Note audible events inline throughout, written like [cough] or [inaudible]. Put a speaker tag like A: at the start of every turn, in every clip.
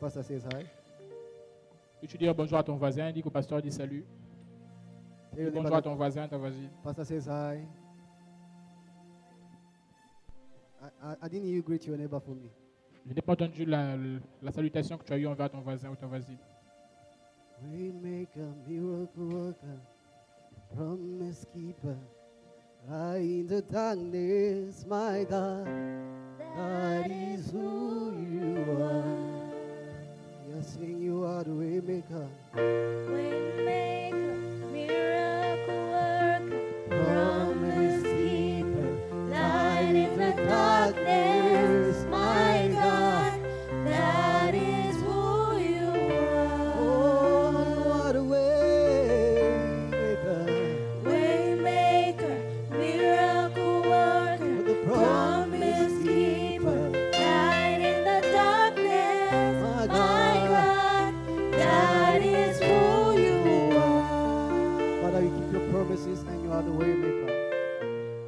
A: pastor says hi.
B: Que tu dises bonjour à ton voisin, dis que le pasteur dit salut.
A: Tell
B: Dis
A: your neighbor
B: bonjour à
A: that
B: ton voisin, ta voisine.
A: pastor says hi. I, I, I didn't hear you greet your neighbor for me.
B: Je n'ai pas entendu la, la salutation que tu as eue envers ton voisin ou ta voisine.
A: We make a miracle worker, promise keeper. Light in the darkness, my God, that is who you are. Yes, sing you are the way maker,
C: Waymaker, miracle worker,
A: promise
C: promise
A: keeper.
C: light in the darkness, my God, that is who you
A: Oh,
C: are.
A: you are the way maker,
C: Waymaker, miracle worker,
A: the promise
C: promise keeper,
A: keeper.
C: light in the darkness,
A: My
C: my
A: God.
C: God, that is who you are.
A: Father, you keep your promises and you are the way maker.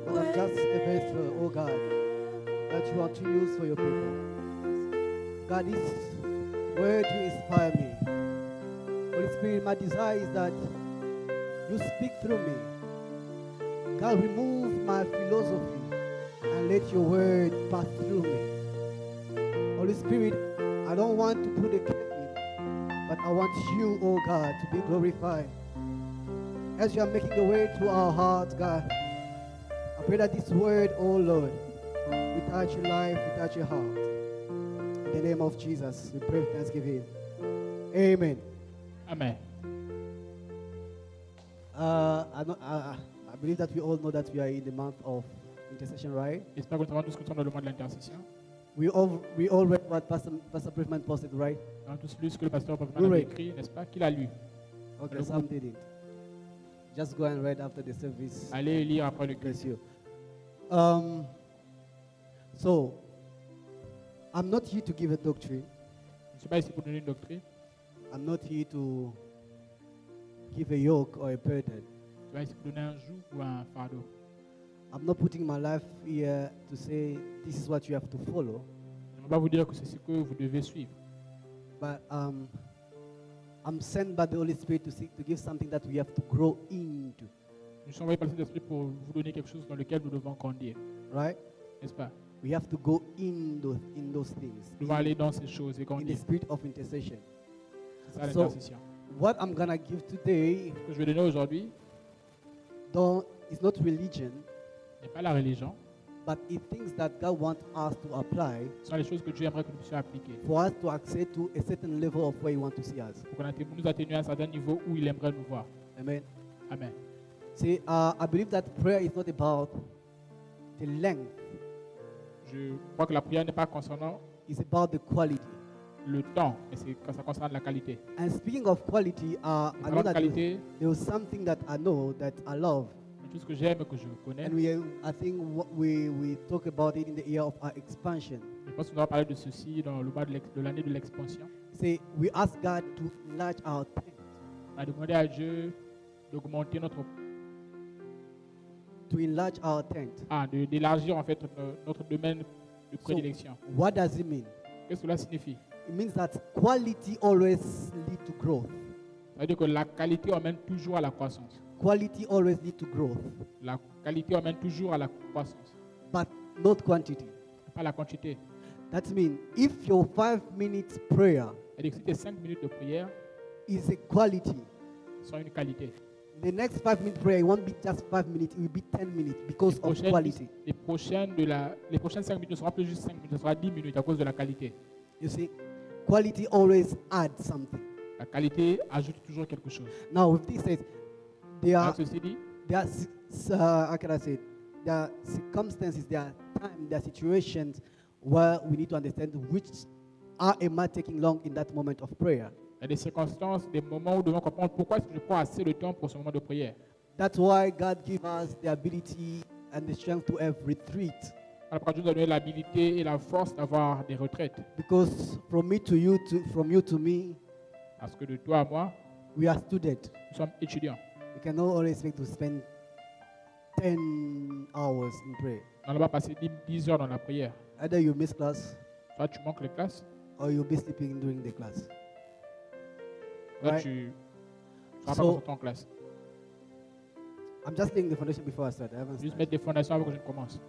A: And I'm just a vessel, oh God, that you are to use for your people. God, this word you inspire me. Holy Spirit, my desire is that you speak through me. God, remove my philosophy and let your word pass through me. Holy Spirit, I don't want to put a cap in, but I want you, oh God, to be glorified as you are making the way to our hearts, God. I pray that this word, oh Lord, will touch your life, will touch your heart. In the name of Jesus, we pray with thanksgiving. Amen.
B: Amen.
A: Uh, I, know, I, I believe that we all know that we are in the month of intercession, right?
B: J'espère que nous savons tous que nous sommes dans le monde de l'intercession.
A: We all we all read what Pastor, Pastor Briefman posted, right?
B: Nous avons tous lu ce que le pasteur Popman
A: Oui,
B: avait
A: oui.
B: écrit, n'est-ce pas Qu'il a lu.
A: Okay,
B: Hello.
A: some didn't. Just go and read after the service.
B: Allez lire après le culte.
A: Bless you. Um, so, I'm not here to give a doctrine.
B: Je ne suis pas ici pour donner une doctrine.
A: I'm not here to give a yoke or a burden.
B: Je suis pas ici pour donner un joug ou un fardeau.
A: I'm not putting my life here to say this is what you have to follow.
B: Je ne vais pas vous dire que c'est ce que vous devez suivre.
A: But um, I'm sent by the Holy Spirit to seek to give something that we have to grow into,
B: Nous sommes envoyés par le Saint-Esprit pour vous donner quelque chose dans lequel nous devons grandir,
A: right?
B: n'est-ce pas
A: We have to go in those in those things.
B: Nous devons aller dans ces choses et
A: in the
B: grandir.
A: spirit of intercession.
B: C'est ça
A: So-
B: l'intercession.
A: What I'm gonna give today,
B: Ce que je vais donner aujourd'hui
A: though, is not religion.
B: n'est pas la religion,
A: but it things that God wants us to apply
B: ce sont les choses que Dieu aimerait que nous puissions appliquer
A: for us to access to a certain level of where He wants to see us.
B: pour qu'on atte- nous atteignions à un certain niveau où il aimerait nous voir.
A: Amen.
B: Amen.
A: See, uh, I believe that prayer is not about the length;
B: Je crois que la prière n'est pas concernant
A: it's about the quality.
B: le temps, mais c'est quand ça concerne la qualité.
A: And speaking of quality, uh,
B: Et
A: I
B: parlant
A: know that
B: de
A: there-
B: qualité,
A: there was something that I know that I love,
B: une chose que j'aime et que je connais,
A: and we, I think what we we talk about it in the year of our expansion.
B: je pense qu'on doit parler de ceci dans le bas de l'ex- de l'année de l'expansion.
A: See, we ask God to enlarge our tent,
B: On a demandé à Dieu d'augmenter notre
A: to enlarge our tent.
B: ah, de- d'élargir en fait notre, notre domaine de
A: So-
B: prédilection.
A: What does it mean?
B: Qu'est-ce que cela signifie
A: It means that quality always lead to growth.
B: Ça veut dire que la qualité emmène toujours à la croissance.
A: Quality always lead to growth,
B: La qualité emmène toujours à la croissance,
A: but not quantity.
B: pas la quantité.
A: That means if your five minutes prayer
B: C'est-à-dire que si tes 5 minutes de prière
A: is a quality,
B: sont une qualité,
A: the next five minute prayer won't be just five minutes, it will be ten minutes because
B: les
A: of
B: prochaines,
A: quality.
B: les prochaines de la, les prochaines 5 minutes ne seront plus juste 5 minutes, ce sera 10 minutes à cause de la qualité.
A: You see, quality always adds something.
B: La qualité ajoute toujours quelque chose.
A: Now, with this says, there
B: Hein,
A: are,
B: Ceci dit,
A: there are ci- ci- uh, how can I say, it? there are circumstances, there are times, there are situations where we need to understand which are am I taking long in that moment of prayer.
B: il y a des circonstances, des moments où nous devons comprendre pourquoi est-ce que je prends assez de temps pour ce moment de prière.
A: That's why God gives us the ability and the strength to have retreat.
B: Alors, pourquoi Dieu nous a donné l'habilité et la force d'avoir des retraites.
A: Because from me to you, to, from you to me,
B: Parce que de toi à moi,
A: we are students.
B: nous sommes étudiants.
A: We cannot always expect to spend 10 hours in prayer.
B: On va passer 10 heures dans la prière.
A: Either you miss class,
B: Soit tu manques les classes,
A: or you'll be sleeping during the class.
B: Là,
A: Right.
B: tu ne vas pas
A: So-
B: concentrer en classe.
A: I'm just laying the foundation before I start. I haven't
B: Juste
A: started.
B: mettre des fondations avant que je ne commence.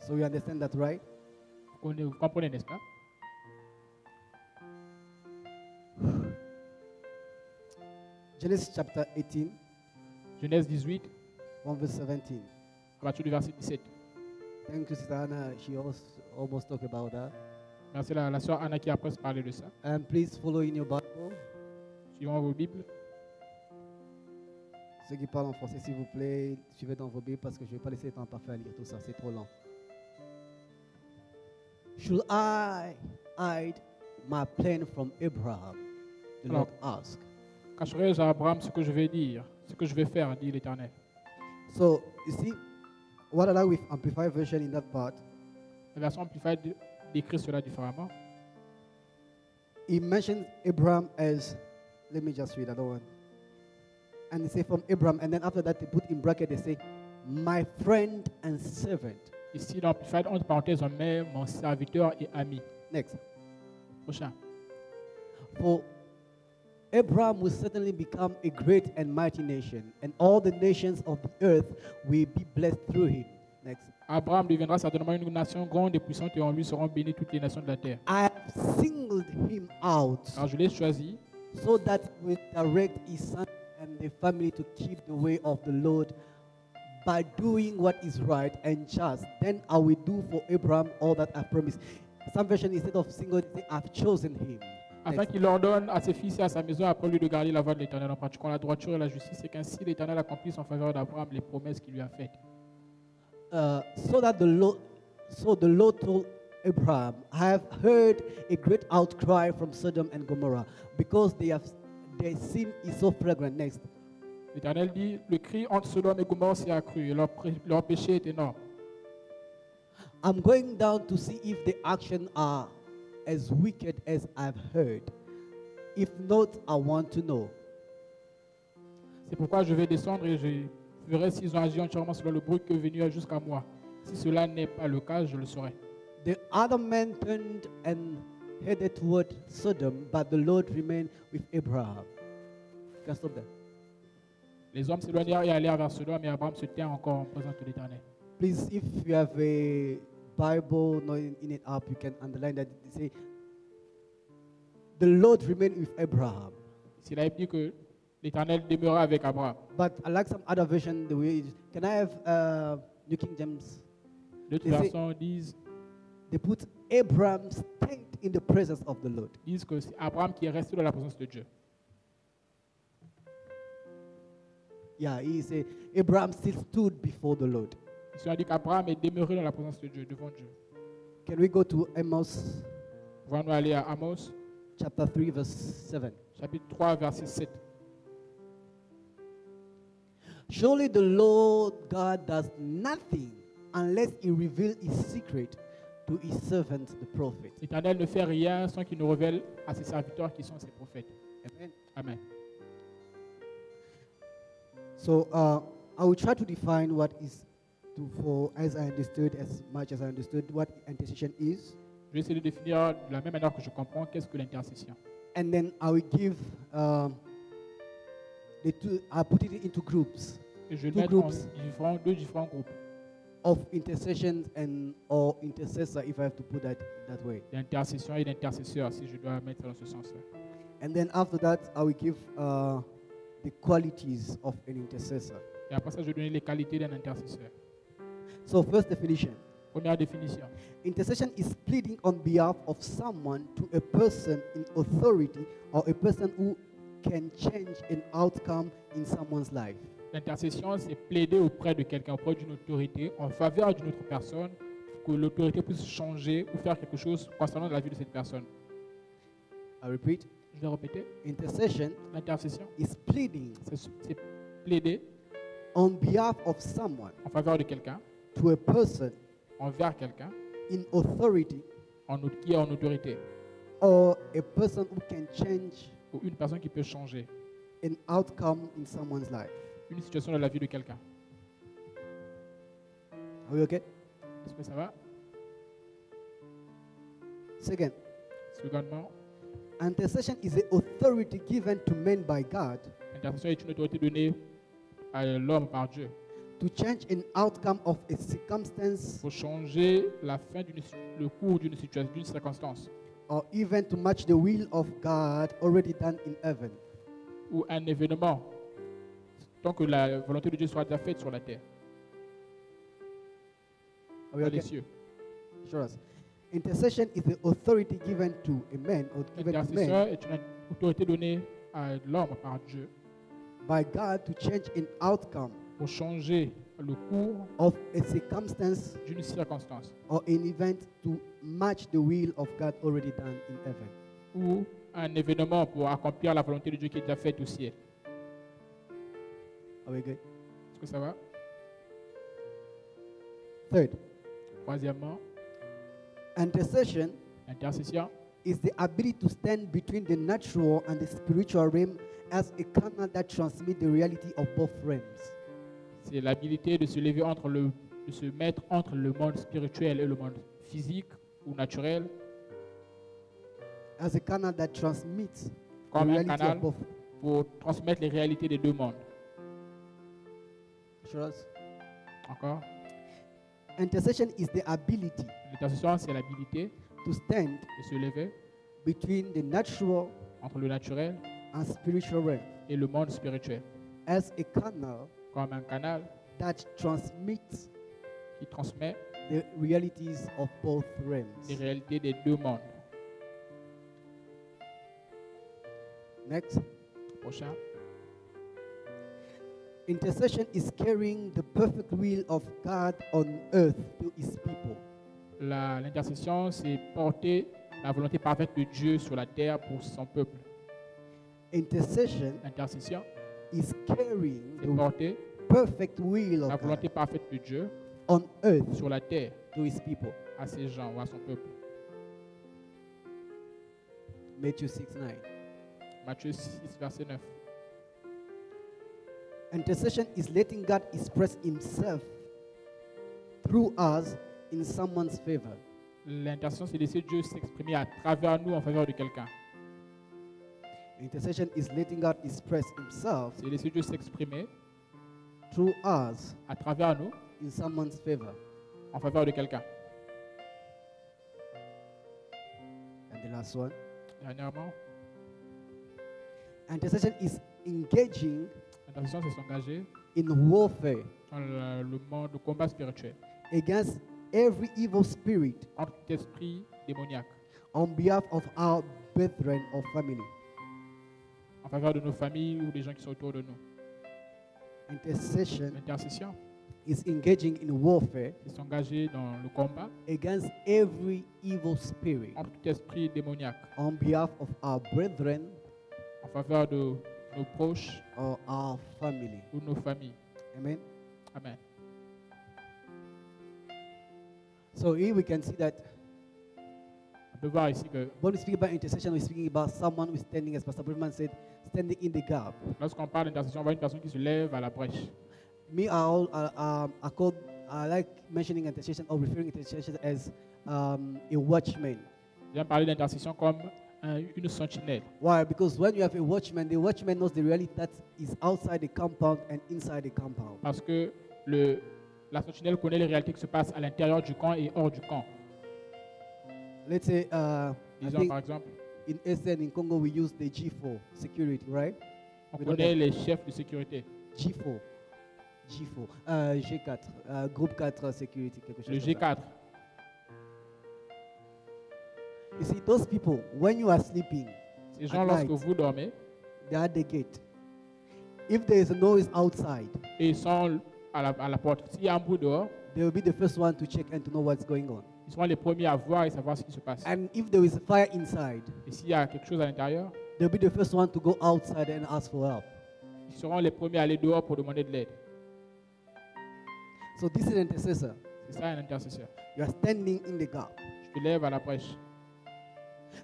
A: So you understand that, right?
B: Vous connaissez- vous comprenez, n'est-ce pas
A: Genesis chapter 18,
B: Genèse 18,
A: 1 verse 17.
B: à partir du verset 17.
A: Thank you, Sister Anna. She almost, almost talked about that.
B: Merci la, la soeur Anna qui a presque parlé de ça.
A: And please follow in your Bible.
B: Suivant vos Bibles,
A: Ceux qui parlent en français, s'il vous plaît, suivez dans vos Bibles parce que je ne vais pas laisser le temps parfait à lire tout ça, c'est trop long. Should I hide my plan from Abraham? The Lord asked.
B: cacherai-je à Abraham ce que je vais dire, ce que je vais faire, dit l'Éternel.
A: So, you see, what I like with Amplified Version in that part,
B: La version Amplified décrit cela différemment.
A: he mentions Abraham as, let me just read that one. And he say from Abraham, and then after that they put in bracket, they say, my friend and servant.
B: Ici, dans Amplified, entre parenthèses, on met mon serviteur et ami.
A: Next.
B: Prochain.
A: For Abraham will certainly become a great and mighty nation, and all the nations of the earth will be blessed through him. Next.
B: Abraham deviendra certainement une nation grande et puissante et en lui seront bénies toutes les nations de la terre.
A: I have singled him out
B: Alors je l'ai choisi
A: so that he will direct his son and the family to keep the way of the Lord by doing what is right and just. Then I will do for Abraham all that I promised. Some version instead of singled, it say, I've chosen him.
B: afin
A: Next.
B: qu'il ordonne à ses fils et à sa maison après lui de garder la voie de l'Éternel en pratiquant la droiture et la justice et qu'ainsi l'Éternel accomplisse en faveur d'Abraham les promesses qu'il lui a faites.
A: uh, so that the Lord, so the Lord told Abraham, I have heard a great outcry from Sodom and Gomorrah because they have their sin is so fragrant. Next,
B: L'Éternel dit Le cri entre Sodome et Gomorrhe s'est accru, et leur, pré- leur péché est énorme.
A: I'm going down to see if the actions are as wicked as I've heard. If not, I want to know.
B: C'est pourquoi je vais descendre et je verrai s'ils ont agi entièrement selon le bruit que venu jusqu'à moi. Si cela n'est pas le cas, je le saurai.
A: The other man turned and headed toward Sodom, but the Lord remained with Abraham. You Can stop there.
B: Les hommes s'éloignèrent et allèrent vers Sodome, et Abraham se tint encore en présence de l'Éternel.
A: Please, if you have a Bible not in, in it up, you can underline that. It say, the Lord remained with Abraham.
B: Ici, la Bible dit que l'Éternel demeura avec Abraham.
A: But I like some other version. The way it- can I have uh, New King James?
B: D'autres
A: Et c'est-
B: versions disent,
A: They put Abraham stayed in the presence of the Lord.
B: disent que c'est Abraham qui est resté dans la présence de Dieu.
A: Yeah, he said Abraham still stood before the Lord.
B: Ici, on dit qu'Abraham est demeuré dans la présence de Dieu, devant Dieu.
A: Can we go to Amos
B: Pouvons-nous aller à Amos,
A: chapter three, verse seven?
B: chapitre 3, verset 7.
A: Surely the Lord God does nothing unless he reveals his secret to his servants, the prophet.
B: L'Éternel ne fait rien sans qu'il nous révèle à ses serviteurs qui sont ses prophètes.
A: Amen.
B: Amen.
A: So uh, I will try to define what is to for as I understood as much as I understood what intercession is,
B: Je vais essayer de définir de la même manière que je comprends qu'est-ce que l'intercession.
A: and then I will give um, the two. I put it into groups
B: Et je vais
A: Two
B: mettre en
A: groups.
B: différents- deux différents groupes
A: of intercessions and or intercessor, if I have to put that that way.
B: d'intercession et d'intercesseur, si je dois mettre ça dans ce sens-là.
A: And then after that, I will give uh, the qualities of an intercessor.
B: Et après ça, je vais donner les qualités d'un intercesseur.
A: So first definition.
B: Première définition.
A: Intercession is pleading on behalf of someone to a person in authority or a person who can change an outcome in someone's life.
B: L'intercession, c'est plaider auprès de quelqu'un, auprès d'une autorité, en faveur d'une autre personne, pour que l'autorité puisse changer ou faire quelque chose concernant la vie de cette personne.
A: I repeat,
B: Je vais répéter.
A: intercession
B: L'intercession,
A: is pleading
B: c'est c'est plaider
A: on behalf of someone
B: en faveur de quelqu'un,
A: to a person
B: envers quelqu'un,
A: in authority
B: en, au- qui est en autorité,
A: or a person who can change
B: ou une personne qui peut changer
A: an outcome in someone's life.
B: une situation dans la vie de quelqu'un.
A: Are we okay?
B: Est-ce que ça va
A: Second,
B: Secondement,
A: Intercession is the authority given to men by God
B: l'intercession est une autorité donnée à l'homme par Dieu
A: to change an outcome of a circumstance
B: pour changer la fin d'une, le cours d'une situation, d'une circonstance
A: or even to match the will of God already done in heaven.
B: ou un événement tant que la volonté de Dieu soit déjà faite sur la terre,
A: Are we
B: dans
A: okay?
B: les cieux.
A: Sure. Intercession is the authority given to a man or given to men
B: L'intercesseur est une autorité donnée à l'homme par Dieu
A: by God to change an outcome
B: pour changer le cours
A: of a circumstance
B: d'une circonstance
A: or an event to match the will of God already done in heaven.
B: ou un événement pour accomplir la volonté de Dieu qui est déjà faite au ciel.
A: Are we good?
B: Est-ce que ça va
A: Third,
B: Troisièmement,
A: intercession
B: l'intercession
A: is the ability to stand between the natural and the spiritual realm as a canal that transmits the reality of both realms.
B: C'est l'habilité de se lever entre le, de se mettre entre le monde spirituel et le monde physique ou naturel,
A: As a canal that transmits the
B: comme un
A: reality
B: canal
A: of both.
B: pour transmettre les réalités des deux mondes.
A: Trust.
B: Encore,
A: Intercession is the ability
B: l'intercession, c'est l'habilité
A: to stand
B: de se lever
A: between the natural
B: entre le naturel
A: and spiritual realm
B: et le monde spirituel,
A: as a canal
B: comme un canal
A: that transmits
B: qui transmet
A: the realities of both
B: les
A: realms.
B: réalités des deux mondes.
A: Next,
B: Prochain,
A: intercession is carrying the perfect will of God on earth to his people.
B: la- l'intercession, c'est porter la volonté parfaite de Dieu sur la terre pour son peuple.
A: Intercession
B: L'intercession,
A: is carrying
B: c'est
A: the
B: porter
A: perfect will
B: la
A: of
B: volonté
A: God
B: parfaite de Dieu
A: on earth
B: sur la terre
A: to his people.
B: à ses gens ou à son peuple.
A: Matthew 6 9.
B: Matthieu 6, verset 9.
A: Intercession is letting God express himself through us in someone's favor.
B: L'intention, c'est de laisser Dieu s'exprimer à travers nous en faveur de quelqu'un.
A: Intercession is letting God express himself
B: C'est laisser Dieu s'exprimer
A: through us
B: à travers nous
A: in someone's favor.
B: en faveur de quelqu'un.
A: And the last one.
B: Dernièrement,
A: Intercession is engaging
B: l'intention, c'est s'engager
A: in warfare
B: dans le, le monde, le combat spirituel
A: against every evil spirit
B: contre tout esprit démoniaque
A: on behalf of our brethren or family.
B: en faveur de nos familles ou des gens qui sont autour de nous.
A: Intercession
B: L'intercession,
A: is engaging in warfare
B: c'est s'engager dans le combat
A: against every evil spirit
B: contre tout esprit démoniaque
A: on behalf of our brethren
B: en faveur de nos proches
A: or our family.
B: ou de nos familles.
A: Amen.
B: Amen.
A: So here we can see that
B: On peut voir ici que
A: when we speak about intercession, we're speaking about someone who's standing, as Pastor Brinkman said, standing in the gap.
B: lorsqu'on parle d'intercession, on voit une personne qui se lève à la brèche.
A: Me, I, all, I, um, I, call, I like mentioning intercession or referring intercession as um, a watchman.
B: J'aime parler d'intercession comme un- une sentinelle.
A: Why? Because when you have a watchman, the watchman knows the reality that is outside the compound and inside the compound.
B: Parce que le, la sentinelle connaît les réalités qui se passent à l'intérieur du camp et hors du camp.
A: Let's say, uh, I
B: Disons
A: think
B: par exemple,
A: in Eastern in Congo, we use the G4 security, right?
B: on
A: we don't
B: connaît
A: have-
B: les chefs de sécurité,
A: G4. G4. Euh, G4. euh, groupe 4 security, quelque chose
B: le
A: comme ça.
B: G4.
A: You see, those people, when you are sleeping,
B: Ces gens,
A: At
B: lorsque
A: night.
B: vous dormez,
A: they are at the gate. If there is a noise outside,
B: et ils sont à la, à la porte. S'il y a un bruit dehors,
A: they will be the first one to check and to know what's going on.
B: ils seront les premiers à voir et savoir ce qui se passe.
A: And if there is a fire inside,
B: Et s'il y a quelque chose à l'intérieur,
A: they'll be the first one to go outside and ask for help.
B: ils seront les premiers à aller dehors pour demander de l'aide.
A: So this is an intercessor.
B: C'est ça un intercesseur.
A: You are standing in the gap.
B: Je te lève à la brèche.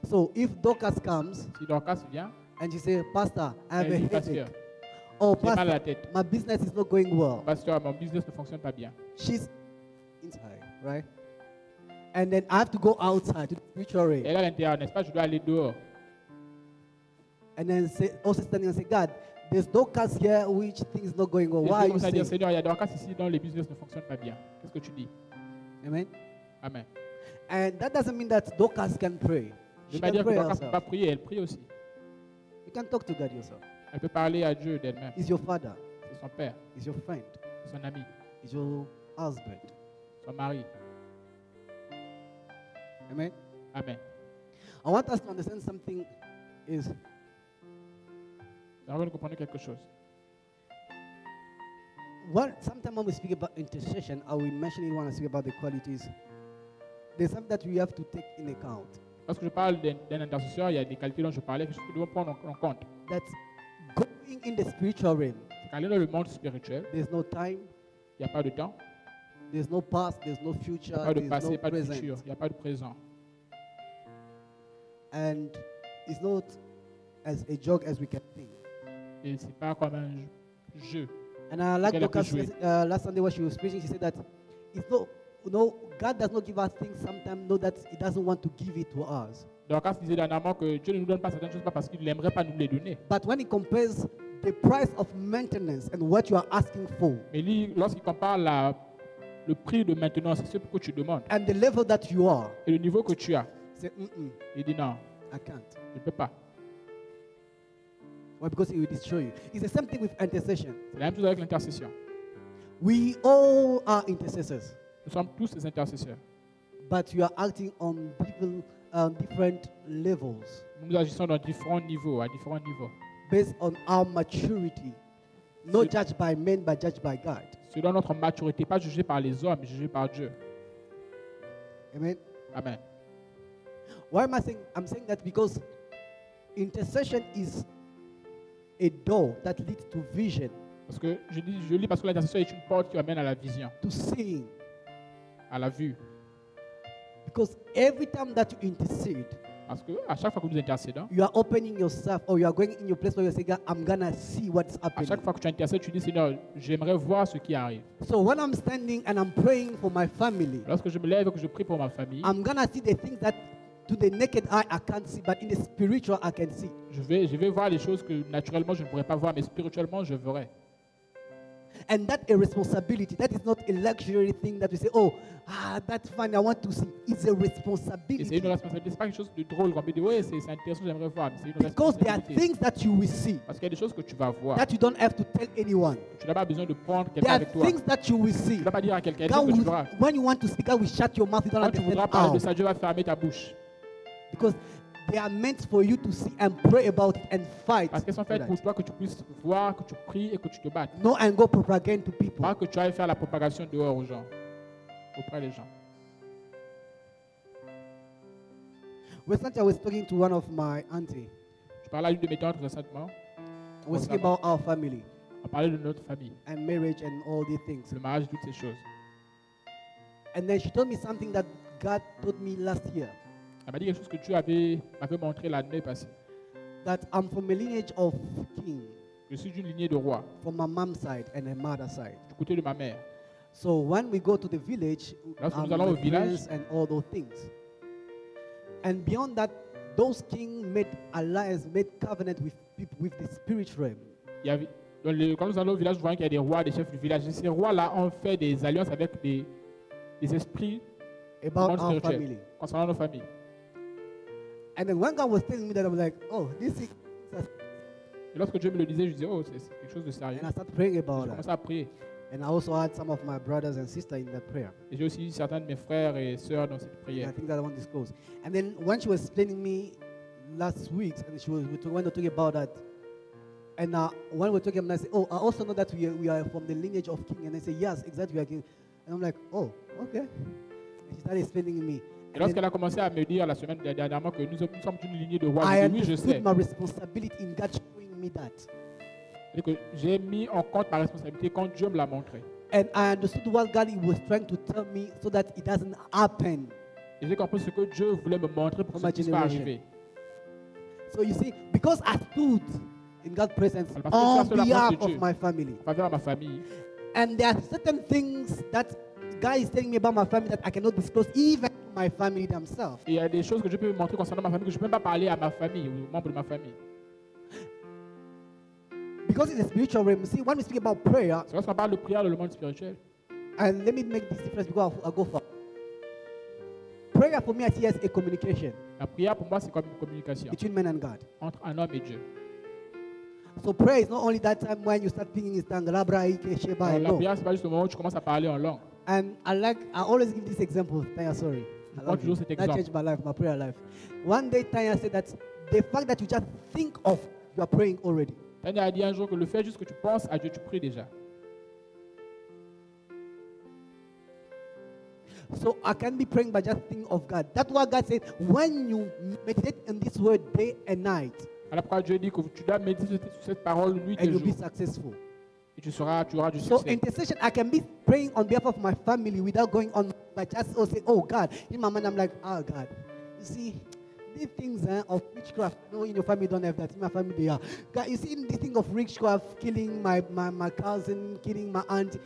A: So if Dorcas comes
B: Si Dorcas vient,
A: and she says, Pastor, I have
B: elle
A: a
B: dit, pasteur,
A: headache. Oh,
B: j'ai mal à la
A: Pastor,
B: tête.
A: my business is not going well.
B: Pasteur, mon business ne fonctionne pas bien.
A: She's inside, right? and then I have to go outside to the spiritual realm
B: Et là, à l'intérieur, n'est-ce pas, je dois aller dehors.
A: and then say, also standing and say, God, there's no cars here which things not going on.
B: Et je
A: Why are you
B: commence à dire,
A: saying?
B: Seigneur, il y a des vacances ici dans les business ne fonctionne pas bien. Qu'est-ce que tu dis
A: Amen.
B: Amen.
A: And that doesn't mean that Dorcas can pray.
B: Je
A: She
B: ne veux pas
A: can
B: dire que
A: pray
B: Dorcas ne peut pas
A: herself.
B: prier, elle prie aussi.
A: You can talk to God yourself.
B: Elle peut parler à Dieu d'elle-même.
A: He's your father.
B: C'est son père,
A: He's your friend.
B: c'est son ami,
A: He's your husband.
B: son mari.
A: Amen.
B: Amen.
A: I want us to understand something is
B: J'aimerais que nous comprenions quelque chose.
A: what sometimes when we speak about intercession, I will mention it when I speak about the qualities. There's something that we have to take in account.
B: Lorsque je parle d'un d'un intercesseur, il y a des qualités dont je parlais que nous devons prendre en en compte.
A: That's going in the spiritual realm.
B: C'est qu'aller dans le monde spirituel,
A: There's no time,
B: il n'y a pas de temps,
A: there's no past, there's no future,
B: pas de
A: there's
B: passé,
A: no
B: pas de
A: present.
B: futur, il n'y a pas de présent.
A: and it's not as a joke as we can think.
B: Et ce n'est pas comme un jeu.
A: And I like
B: Gotta
A: Lucas
B: push
A: uh, last Sunday when she was preaching, she said that it's not, no, God does not give us things sometimes, no, that He doesn't want to give it to us.
B: Donc, quand disait dernièrement que Dieu ne nous donne pas certaines choses, pas parce qu'il n'aimerait pas nous les donner.
A: But when He compares the price of maintenance and what you are asking for,
B: Mais lui, lorsqu'il compare la- le prix de maintenance, ce que tu demandes,
A: and the level that you are,
B: et le niveau que tu as,
A: say, mm-mm,
B: il dit non,
A: I can't.
B: je ne peux pas.
A: Why? Because He will destroy you. It's the same thing with intercession.
B: C'est la même chose avec l'intercession.
A: We all are intercessors,
B: Nous sommes tous des intercesseurs.
A: but you are acting on people, on different levels.
B: Nous agissons dans différents niveaux, à différents niveaux.
A: based on our maturity. Not
B: C'est-
A: judged by men, but judged by God.
B: Selon notre maturité, pas jugée par les hommes, mais jugée par Dieu.
A: Amen.
B: Amen.
A: Why am I saying? I'm saying that because intercession is a door that leads to vision,
B: Parce que je, dis, je lis parce que l'intercession est une porte qui amène à la vision,
A: to seeing.
B: à la vue.
A: Because every time that you intercede,
B: Parce que à chaque fois que nous intercédons,
A: you are opening yourself or you are going in your place where you're saying, "God, I'm going to see what's
B: à chaque
A: happening.
B: fois que tu intercèdes, tu dis Seigneur, j'aimerais voir ce qui arrive.
A: So when I'm standing and I'm praying for my family,
B: Lorsque je me lève et que je prie pour ma famille,
A: I'm going to see the things that to the naked eye I can't see, but in the spiritual I can see.
B: je vais, je vais voir les choses que naturellement je ne pourrais pas voir, mais spirituellement je verrai.
A: And that a responsibility. That is not a luxury thing that we say, oh, ah, that's fine, I want to see. It's a
B: Et c'est une
A: responsibility.
B: responsabilité. C'est pas quelque chose de drôle qu'on peut dire oui, c'est c'est intéressant, j'aimerais voir. Mais c'est une
A: Because there are
B: responsabilité.
A: things that you will see
B: Parce qu'il y a des choses que tu vas voir.
A: that you don't have to tell anyone.
B: Tu n'as pas besoin de prendre quelqu'un
A: There are
B: avec toi.
A: things
B: Tu
A: that you will see.
B: ne vas pas dire à quelqu'un des
A: God
B: choses que tu
A: will,
B: verras.
A: when you want to speak, God will shut your mouth. You don't
B: Quand tu
A: understand
B: voudras parler de
A: how.
B: ça, Dieu va fermer ta bouche.
A: Because they are meant for you to see and pray about it and fight.
B: Parce qu'elles sont
A: for
B: faites
A: that.
B: pour toi que tu puisses voir, que tu pries et que tu te battes.
A: No, and go propagate to people.
B: Pas que tu ailles faire la propagation dehors aux gens, auprès des gens.
A: Recently, I was talking to one of my auntie.
B: Je parlais à l'une de mes tantes récemment.
A: We was speaking
B: Concernant-
A: about our family
B: On parlait de notre famille,
A: and marriage and all these things.
B: le mariage et toutes ces choses.
A: And then she told me something that God told me last year
B: Elle m'a dit quelque chose que Dieu avait, m'avait montré l'année passée.
A: that I'm from a lineage of king
B: Je suis d'une lignée de rois,
A: from my mom's side and her mother's side.
B: du côté de ma mère.
A: So when we go to the village,
B: Lorsque nous
A: um,
B: allons au
A: my parents
B: village-
A: and all those things. And beyond that, those kings made alliance, made covenant with people, with the spirit realm.
B: Il y avait- dans le- quand nous allons au village, nous voyons qu'il y a des rois, des chefs du village. Et ces rois-là ont fait des alliances avec des, des esprits du
A: About
B: monde
A: our
B: spirituel,
A: family.
B: concernant nos familles.
A: And then when God was telling me that, I was like, oh, this is.
B: Et lorsque Dieu me le disait, je disais, oh, c'est c'est quelque chose de sérieux.
A: And I started praying
B: J'ai
A: about
B: commencé
A: that.
B: à prier.
A: And I also had some of my brothers and sisters in that prayer.
B: Et j'ai aussi eu certains de mes frères et sœurs dans cette
A: Yeah. I
B: prière.
A: think that one is close. And then when she was explaining me last week, and she was we talk- when we were talking about that, and uh, when we were talking, and I said, "Oh, I also know that we are, we are from the lineage of king." And I say, "Yes, exactly, we are king." And I'm like, "Oh, okay." And she started explaining me.
B: Et
A: And
B: lorsqu'elle
A: then
B: a commencé à me dire la semaine dernière- dernièrement que nous, sommes- nous sommes d'une lignée de rois,
A: I
B: j'ai dit, oui, je
A: understood
B: sais.
A: my responsibility in God showing me that,
B: Et que j'ai mis en compte ma responsabilité quand Dieu me l'a montré.
A: and I understood what God was trying to tell me, so that it doesn't happen.
B: Et j'ai compris ce que Dieu voulait me montrer
A: For
B: pour que
A: my
B: ce qui soit
A: generation.
B: arrivé.
A: So you see, because I stood in God's presence
B: Parce que
A: on
B: ça, c'est la
A: behalf
B: parole de
A: of
B: Dieu.
A: my family.
B: En faveur de ma famille.
A: And there are certain things that guy is telling me about my family that I cannot disclose even to my family themselves.
B: Et il y a des choses que je peux montrer concernant ma famille que je ne peux même pas parler à ma famille, aux membres de ma famille.
A: Because it's a spiritual realm. See, when we speak about prayer,
B: C'est lorsqu'on parle de prière dans le monde spirituel.
A: and let me make this difference because I'll, I'll go far. Prayer for me, I see as a communication
B: La prière pour moi, c'est comme une communication
A: between man and God.
B: entre un homme et Dieu.
A: So prayer is not only that time when you start thinking in tongues. labra, ike, sheba,
B: Alors, la
A: no.
B: prière, c'est pas juste le moment où tu commences à parler en langue.
A: And I like, I always give this example. Tanya, sorry. I
B: What
A: love you.
B: is it
A: That
B: example?
A: changed my life, my prayer life. One day, Tanya said that the fact that you just think of, you are praying already.
B: Tania a dit un jour que le fait juste que tu penses à Dieu, tu pries déjà.
A: So I can be praying by just thinking of God. That's why God said, when you meditate on this word day and night,
B: Voilà pourquoi Dieu dit que tu dois méditer sur sur cette parole nuit et
A: and you'll
B: jour.
A: be successful.
B: Et tu, seras, tu auras du
A: So
B: succès.
A: intercession, I can be praying on behalf of my family without going on, but just oh, say, oh God. In my mind, I'm like, oh God. You see, these things eh, of witchcraft, no, in your family don't have that. In my family, they are. God, you see, in this thing of witchcraft, killing my, my, my cousin, killing my aunt,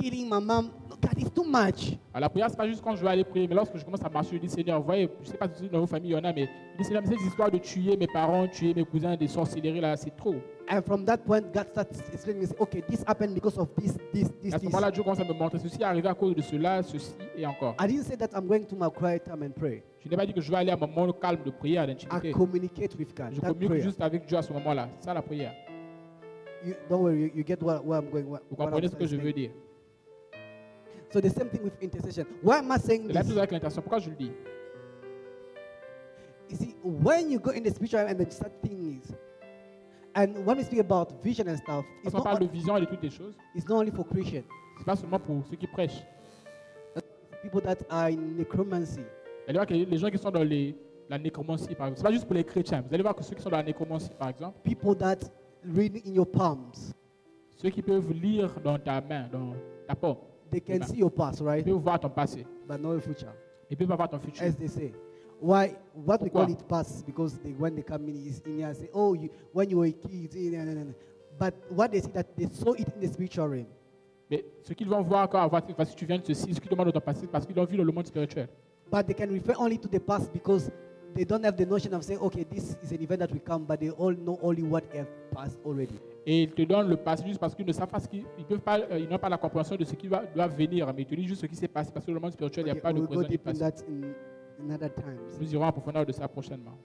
A: killing my mom. No, God, it's too much.
B: Alors, la prière, c'est pas juste quand je vais aller prier, mais lorsque je commence à marcher, je dis Seigneur, voyez, je sais pas si dans vos familles il y en a, mais je dis Seigneur, mais cette histoire de tuer mes parents, tuer mes cousins, des sorcelleries là, c'est trop.
A: And from that point, God starts explaining, say, okay, this happened because of this, this, this,
B: Et à ce
A: this.
B: moment-là, Dieu commence à me montrer ceci est arrivé à cause de cela, ceci et encore.
A: I didn't say that I'm going to my quiet time and pray.
B: Je n'ai pas dit que je vais aller à un moment calme de prière,
A: I
B: d'intimité.
A: communicate with God.
B: Je
A: That
B: communique
A: prayer.
B: juste avec Dieu à ce moment-là. C'est ça la prière.
A: You, don't worry, you, you get where, where I'm going. What,
B: Vous
A: what I'm
B: comprenez ce que je
A: saying.
B: veux dire
A: So the same thing with intercession. Why am I saying
B: C'est la même
A: this?
B: chose avec l'intention. Pourquoi je le dis
A: You see, when you go in the spiritual realm and then start thinking is, and when we speak about vision and stuff, it's
B: Parce
A: not,
B: qu'on parle de
A: on-
B: vision et de toutes les choses.
A: it's not only for Christian.
B: C'est pas seulement pour ceux qui prêchent.
A: People that are in necromancy,
B: D'ailleurs, que les gens qui sont dans les- la nécromancie, par exemple, c'est pas juste pour les chrétiens. Vous allez voir que ceux qui sont dans la nécromancie, par exemple,
A: people that read in your palms,
B: ceux qui peuvent lire dans ta main, dans ta pomme,
A: they can
B: Amen.
A: see your past,
B: ils
A: right?
B: peuvent voir ton passé,
A: But not your future,
B: ils peuvent voir ton futur.
A: as they say. Why? What we call
B: Pourquoi?
A: it past because they, when they come in, is in here and say, "Oh, you, when you were a kid," eh, nah, nah, nah, nah." but what they see that they saw it in the spiritual realm.
B: Mais ce qu'ils vont voir quand enfin, si tu viens de ceci, ce qu'ils demandent de ton passé, c'est parce qu'ils l'ont vu dans le monde spirituel.
A: But they can refer only to the past because they don't have the notion of saying, okay, this is an event that will come, but they all know only what have passed already.
B: Et ils te donnent le passé juste parce qu'ils ne savent pas ce qui, ils peuvent pas, euh, ils n'ont pas la compréhension de ce qui va, doit venir. Mais ils te disent juste ce qui s'est passé parce que dans le monde spirituel, il n'y
A: Okay,
B: a pas de
A: we'll go
B: présent ni de
A: deep in
B: passé.
A: that in, in other times.
B: Nous irons en profondeur de ça prochainement.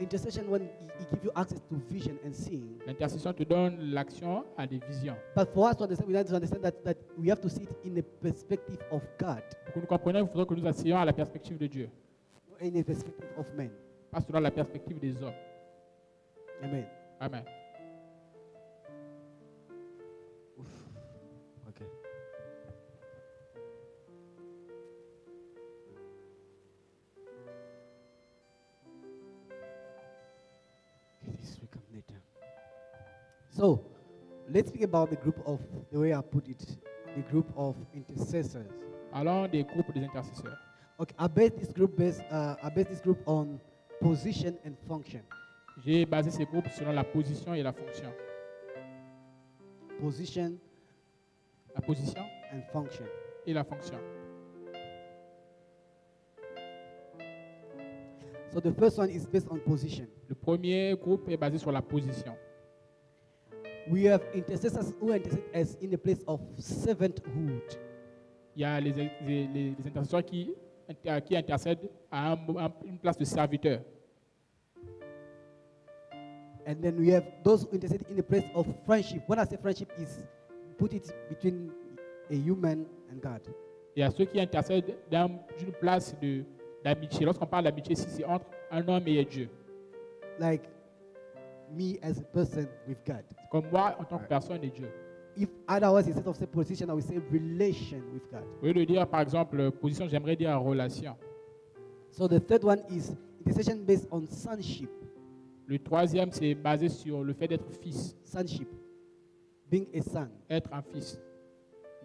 A: Intercession, when it gives you access to vision and seeing.
B: L'intercession te donne l'action à des visions.
A: But for us to understand, we have to understand that, that we have to see it in the perspective of God,
B: Pour que nous comprenions, il faudra que nous assions à la perspective de Dieu,
A: not in the perspective of men.
B: pas selon la perspective des hommes.
A: Amen.
B: Amen.
A: Okay. This will come later. So, let's speak about the group of the way I put it, the group of intercessors.
B: Allons des groupes des intercesseurs.
A: Okay, I base this group based, uh, I base this group on position and function.
B: J'ai basé ces groupes selon la position et la fonction.
A: Position
B: La position
A: and function.
B: et la fonction.
A: So the first one is based on position.
B: Le premier groupe est basé sur la position.
A: We have intercessors who intercede as in the place of servanthood.
B: Il y a les, les, les- les intercesseurs qui, inter- qui intercèdent à un mo- un- une place de serviteur.
A: And then we have those who intercede in the place of friendship. When I say friendship, is put it between a human and God.
B: Il y a ceux qui intercèdent d'un- d'une place de- d'amitié. Lorsqu'on parle d'amitié, si c'est entre un homme et Dieu.
A: Like me as a person with God.
B: C'est Comme moi, en tant que personne et Dieu.
A: If otherwise, instead of say position, I will say relation with God.
B: Au lieu de dire, par exemple, euh, position, j'aimerais dire relation.
A: So the third one is intercession based on sonship.
B: Le troisième, c'est basé sur le fait d'être fils,
A: Sonship. Being a son,
B: être un fils.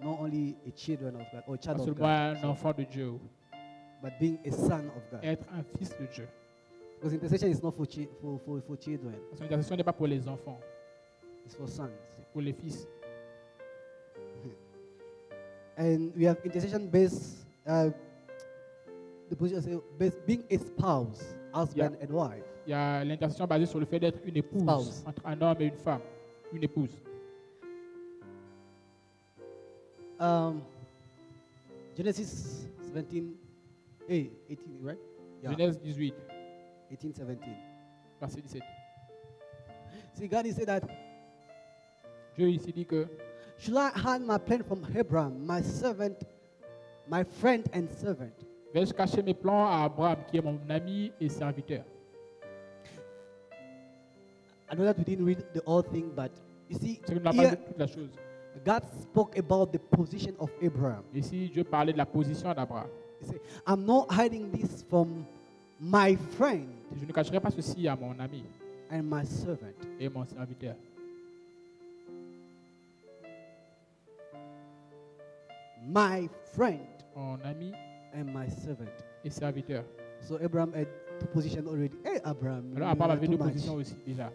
A: not only a children of God or
B: Pas
A: child of
B: seulement
A: God,
B: un enfant de Dieu,
A: but being a son of God.
B: être un fils de Dieu.
A: Because intercession is not for, chi- for, for, for children,
B: Parce que l'intercession n'est pas pour les enfants,
A: it's for sons.
B: c'est pour les fils.
A: And we have intercession based uh, the position says bas- being a spouse, husband and wife.
B: Il y a l'intercession basée sur le fait d'être une épouse
A: Spouse.
B: entre un homme et une femme. Une épouse.
A: Um, Genesis 17, eh, 18, right?
B: Genèse 18,
A: 18, 17.
B: verset 17.
A: See, God, he said that,
B: Dieu ici dit que
A: Shall I hide my plan from Abraham, my servant, my friend and servant?
B: vais-je cacher mes plans à Abraham qui est mon ami et serviteur.
A: I know that we didn't read the whole thing, but you see,
B: C'est que nous n'avons pas
A: here,
B: vu toute la chose.
A: God spoke about the position of Abraham.
B: Ici, Dieu parlait de la position d'Abraham.
A: He said, I'm not hiding this from my friend
B: Je ne cacherai pas ceci à mon ami
A: and my servant.
B: et mon serviteur.
A: My friend
B: Mon ami
A: and my servant.
B: et serviteur.
A: So Abraham had two positions already. Hey, Abraham, you
B: Alors Abraham
A: are
B: avait
A: too
B: deux
A: much.
B: positions aussi déjà.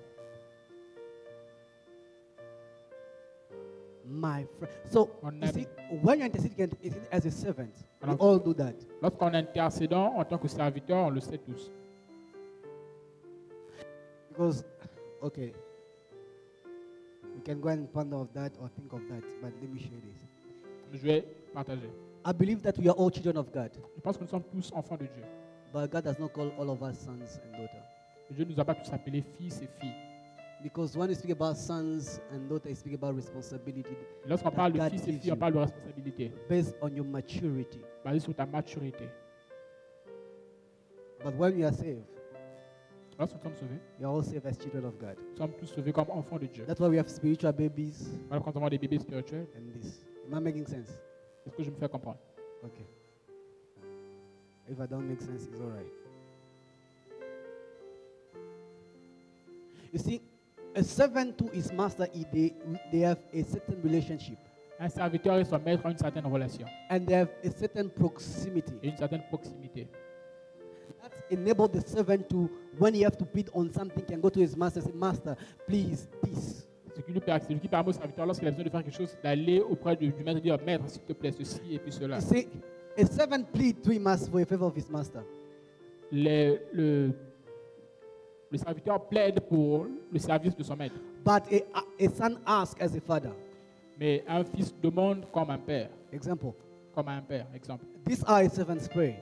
A: My friend. So
B: Mon
A: you
B: ami.
A: see, when you intercede you can intercede as a servant, we
B: Alors-
A: all do that.
B: Lorsqu'on est intercédant en tant que serviteur, on le sait tous.
A: Because, okay, we can go and ponder of that or think of that, but let me share this.
B: Je vais partager.
A: I believe that we are all children of God,
B: Je pense que nous sommes tous enfants de Dieu.
A: but God does not call all of us sons and daughters.
B: Dieu ne nous a pas tous appelés fils et filles.
A: Because when you speak about sons and daughters, you speak about responsibility
B: Lorsqu'on parle de
A: God
B: fils et
A: gives
B: filles, on
A: you.
B: parle de responsabilité,
A: based on your maturity.
B: basée sur ta maturité.
A: But when you are saved,
B: Lorsque nous sommes sauvés,
A: you are all saved as children of God.
B: nous sommes tous sauvés comme enfants de Dieu.
A: That's why we have spiritual babies
B: Voilà quand on voit des bébés spirituels,
A: and this. Am I making sense?
B: est-ce que je me fais comprendre
A: Okay. If I don't make sense, it's all right. You see, a servant to his master, he- they, they have a certain relationship
B: Un serviteur et son maître ont une certaine relation
A: and they have a certain
B: et
A: proximity.
B: une certaine proximité.
A: That enables the servant to, when he have to bid on something, can go to his master and say, Master, please, this.
B: Ce qui, lui per- ce qui permet au serviteur, lorsqu'il a besoin de faire quelque chose, d'aller auprès du, du maître et dire Maître, s'il te plaît, ceci et puis cela.
A: You see, a servant plead to him as for a favor of his master.
B: Les- le, le serviteur plaide pour le service de son maître,
A: But a, a son asks as a father.
B: mais un fils demande comme un père.
A: Example.
B: Comme un père, exemple.
A: These are his servants' prayer.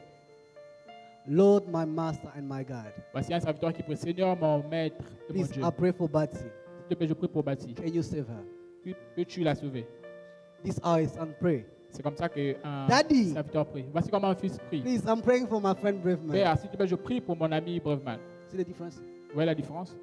A: Lord, my master and my God.
B: Voici un serviteur qui prie Seigneur, mon maître et mon
A: Please,
B: Dieu.
A: I pray for Betsy.
B: S'il te plaît, je prie pour Bati.
A: Can you save her?
B: Peux- Peux-tu la sauver
A: These are his son pray.
B: C'est comme ça qu'un
A: Daddy.
B: serviteur prie. Voici comment un fils prie.
A: Please, I'm praying for my friend Brave Man.
B: Père, s'il te plaît, je prie pour mon ami Breveman.
A: See the difference?
B: Vous voyez la différence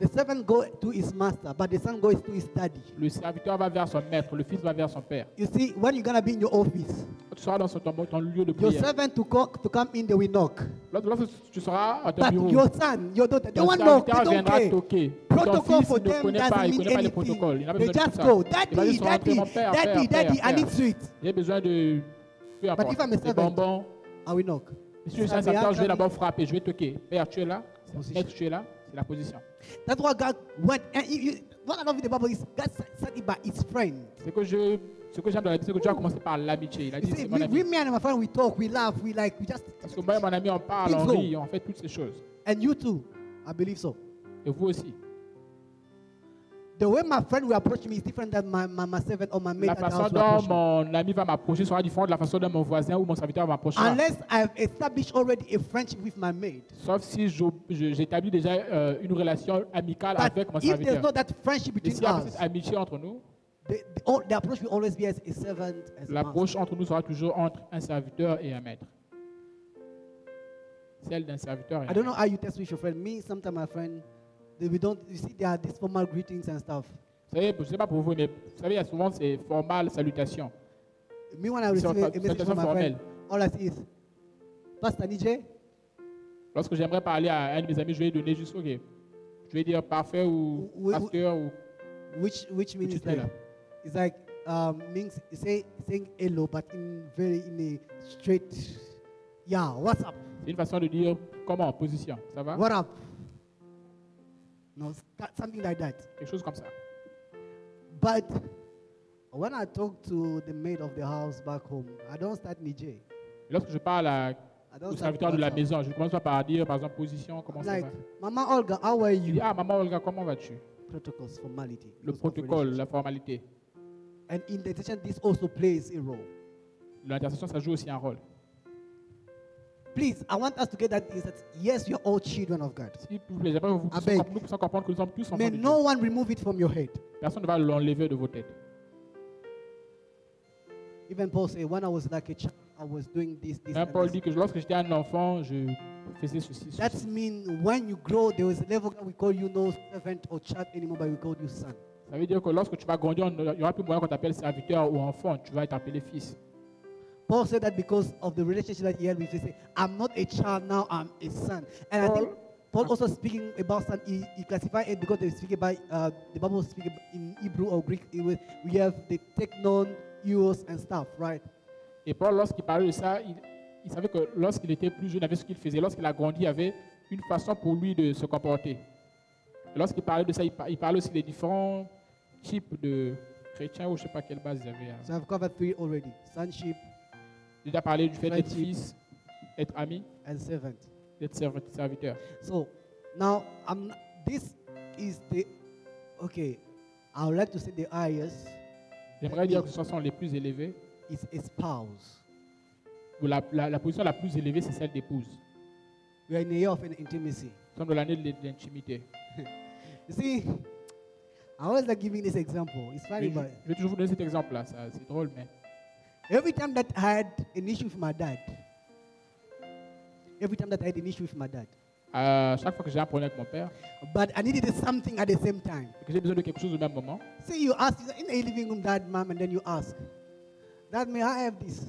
A: The servant go to his master, but the son goes to his daddy.
B: Le serviteur va vers son maître, le fils va vers son père.
A: You see, when you're gonna be in your office,
B: Tu seras dans son- ton, ton lieu de
A: your
B: prière.
A: servant to, co- to come in, they will knock.
B: Lorsque lorsque tu seras à ton
A: But
B: bureau,
A: your son, your daughter, they
B: Ton
A: won't knock.
B: serviteur
A: They don't
B: viendra
A: care.
B: toquer.
A: Protocol
B: Ton fils
A: for
B: ne
A: them
B: connaît
A: doesn't
B: pas, il
A: mean
B: connaît pas les
A: anything.
B: protocoles. Il n'a pas
A: They
B: besoin de
A: just
B: tout ça.
A: go,
B: Il va
A: daddy,
B: juste rentrer,
A: daddy,
B: mon père,
A: daddy,
B: père,
A: daddy, I
B: père,
A: need
B: père.
A: sweet.
B: J'ai besoin de... Peu importe,
A: if I'm a
B: des
A: servant,
B: bonbons.
A: I will knock.
B: Si je suis un
A: Ça vient
B: serviteur, je vais
A: comme-
B: d'abord frapper, je vais toquer. Père, tu es là
A: Position.
B: Maître, tu es là C'est la position.
A: That's what God went. And you, you, what I love in the Bible is God said said it by his friend.
B: Ce que je... Ce que j'aime dans la Bible, c'est que Dieu a commencé par l'amitié. Il a
A: You
B: dit,
A: see,
B: c'est mon
A: we, we,
B: ami.
A: me and my friend, we talk, we laugh, we like, we just.
B: Parce que moi et mon ami, on parle,
A: Things
B: on
A: go.
B: rit, on fait toutes ces choses.
A: And you too, I believe so.
B: Et vous aussi.
A: The way my friend will approach me is different than my, my, my servant or my mate
B: La
A: at the
B: façon
A: house will
B: dont
A: approach me.
B: mon ami va m'approcher sera différente de la façon dont mon voisin ou mon serviteur va m'approcher.
A: Unless I've established already a friendship with my maid.
B: Sauf si je- je- j'établis déjà euh, une relation amicale
A: But
B: avec mon
A: if there's
B: serviteur.
A: not that friendship
B: Et
A: between
B: s'il y a pas
A: us,
B: cette amitié entre nous,
A: the, the, all, the approach will always be as a servant, as a master.
B: l'approche entre nous sera toujours entre un serviteur et un maître. Celle d'un serviteur et
A: I
B: un
A: don't know
B: maître.
A: how you test with your friend. Me, sometimes my friend, they, we don't. You see, there are these formal greetings and stuff.
B: Vous savez, je ne sais pas pour vous, mais vous savez, il y a souvent ces formales salutations.
A: Me, when I
B: Ils
A: receive
B: sont
A: a,
B: fa-
A: a message from my friend,
B: salutations
A: all I see is, Pastor Nijay,
B: Lorsque j'aimerais parler à un de mes amis, je vais lui donner juste OK. Je vais dire parfait ou
A: Oui, oui.
B: pasteur ou
A: which which means
B: is
A: it's like,
B: Taylor.
A: it's like um, means say saying hello, but in very in a straight, yeah, what's up,
B: c'est une façon de dire comment, position, ça va
A: what up, no, s- that- something like that.
B: Quelque chose comme ça.
A: But when I talk to the maid of the house back home, I don't start Nijay.
B: Lorsque je parle à
A: I
B: aux
A: don't start
B: serviteurs de la
A: WhatsApp.
B: maison. Je ne commence pas par dire, par exemple, position, comment ça
A: Like,
B: va.
A: Mama Olga, how are
B: Il dit,
A: you?
B: ah, maman Olga, comment vas-tu
A: Protocols, formality.
B: Le
A: because of
B: protocole,
A: relationship.
B: la formalité.
A: And in the intention, this also plays a role.
B: L'intercession, ça joue aussi un rôle.
A: Please, I want us to get that is that yes, you're all children of God.
B: S'il vous plaît, j'aimerais que vous puissiez
A: Amen.
B: comp- nous puissions comprendre que nous sommes tous enfants
A: May
B: de Dieu.
A: no one remove it from your head.
B: Personne ne va l'enlever de vos têtes.
A: Even Paul said, when I was like a child, I was doing this, this,
B: Même
A: and
B: Paul
A: this."
B: dit que lorsque j'étais un enfant, je faisais ceci. ceci.
A: That means when you grow, there is a level that we call you no servant or child anymore, but we call you son.
B: Ça veut dire que lorsque tu vas grandir, on- il n'y aura plus moyen qu'on t'appelle serviteur ou enfant, tu vas être appelé fils.
A: Paul said that because of the relationship that he had with Jesus. I'm not a child now, I'm a son. And I think Paul also speaking about son, he, he classified it because they speak about, uh, the Bible speak about in Hebrew or Greek, it was, we have the technon, euros, and stuff, right?
B: Et Paul, lorsqu'il parlait de ça, il, il savait que lorsqu'il était plus jeune, il avait ce qu'il faisait. Lorsqu'il a grandi, il avait une façon pour lui de se comporter. Et Lorsqu'il parlait de ça, il, par- il parlait aussi des différents types de chrétiens ou je ne sais pas quelle base ils avaient. hein.
A: So I've covered three already sonship
B: J'ai déjà parlé du fait d'être
A: Friendship.
B: fils, d'être ami,
A: and servant.
B: d'être serv- serviteur.
A: So now I'm this is the okay. I would like to say the highest
B: J'aimerais dire que ce sont les plus élevés.
A: is a spouse.
B: ou La, la- la position la plus élevée, c'est celle d'épouse.
A: We are in a year of an intimacy.
B: Nous sommes dans l'année de l'intimité.
A: You see, I always like giving this example. It's
B: Je,
A: funny, but
B: je vais toujours vous donner cet exemple-là. ça, C'est drôle, mais
A: every time that I had an issue with my dad, every time that I had an issue with my dad,
B: à euh, chaque fois que j'ai un problème avec mon père,
A: but I needed something at the same time.
B: et que j'ai besoin de quelque chose au même moment,
A: See, you ask in the living room, Dad, Mom, and then you ask, Dad, may I have this?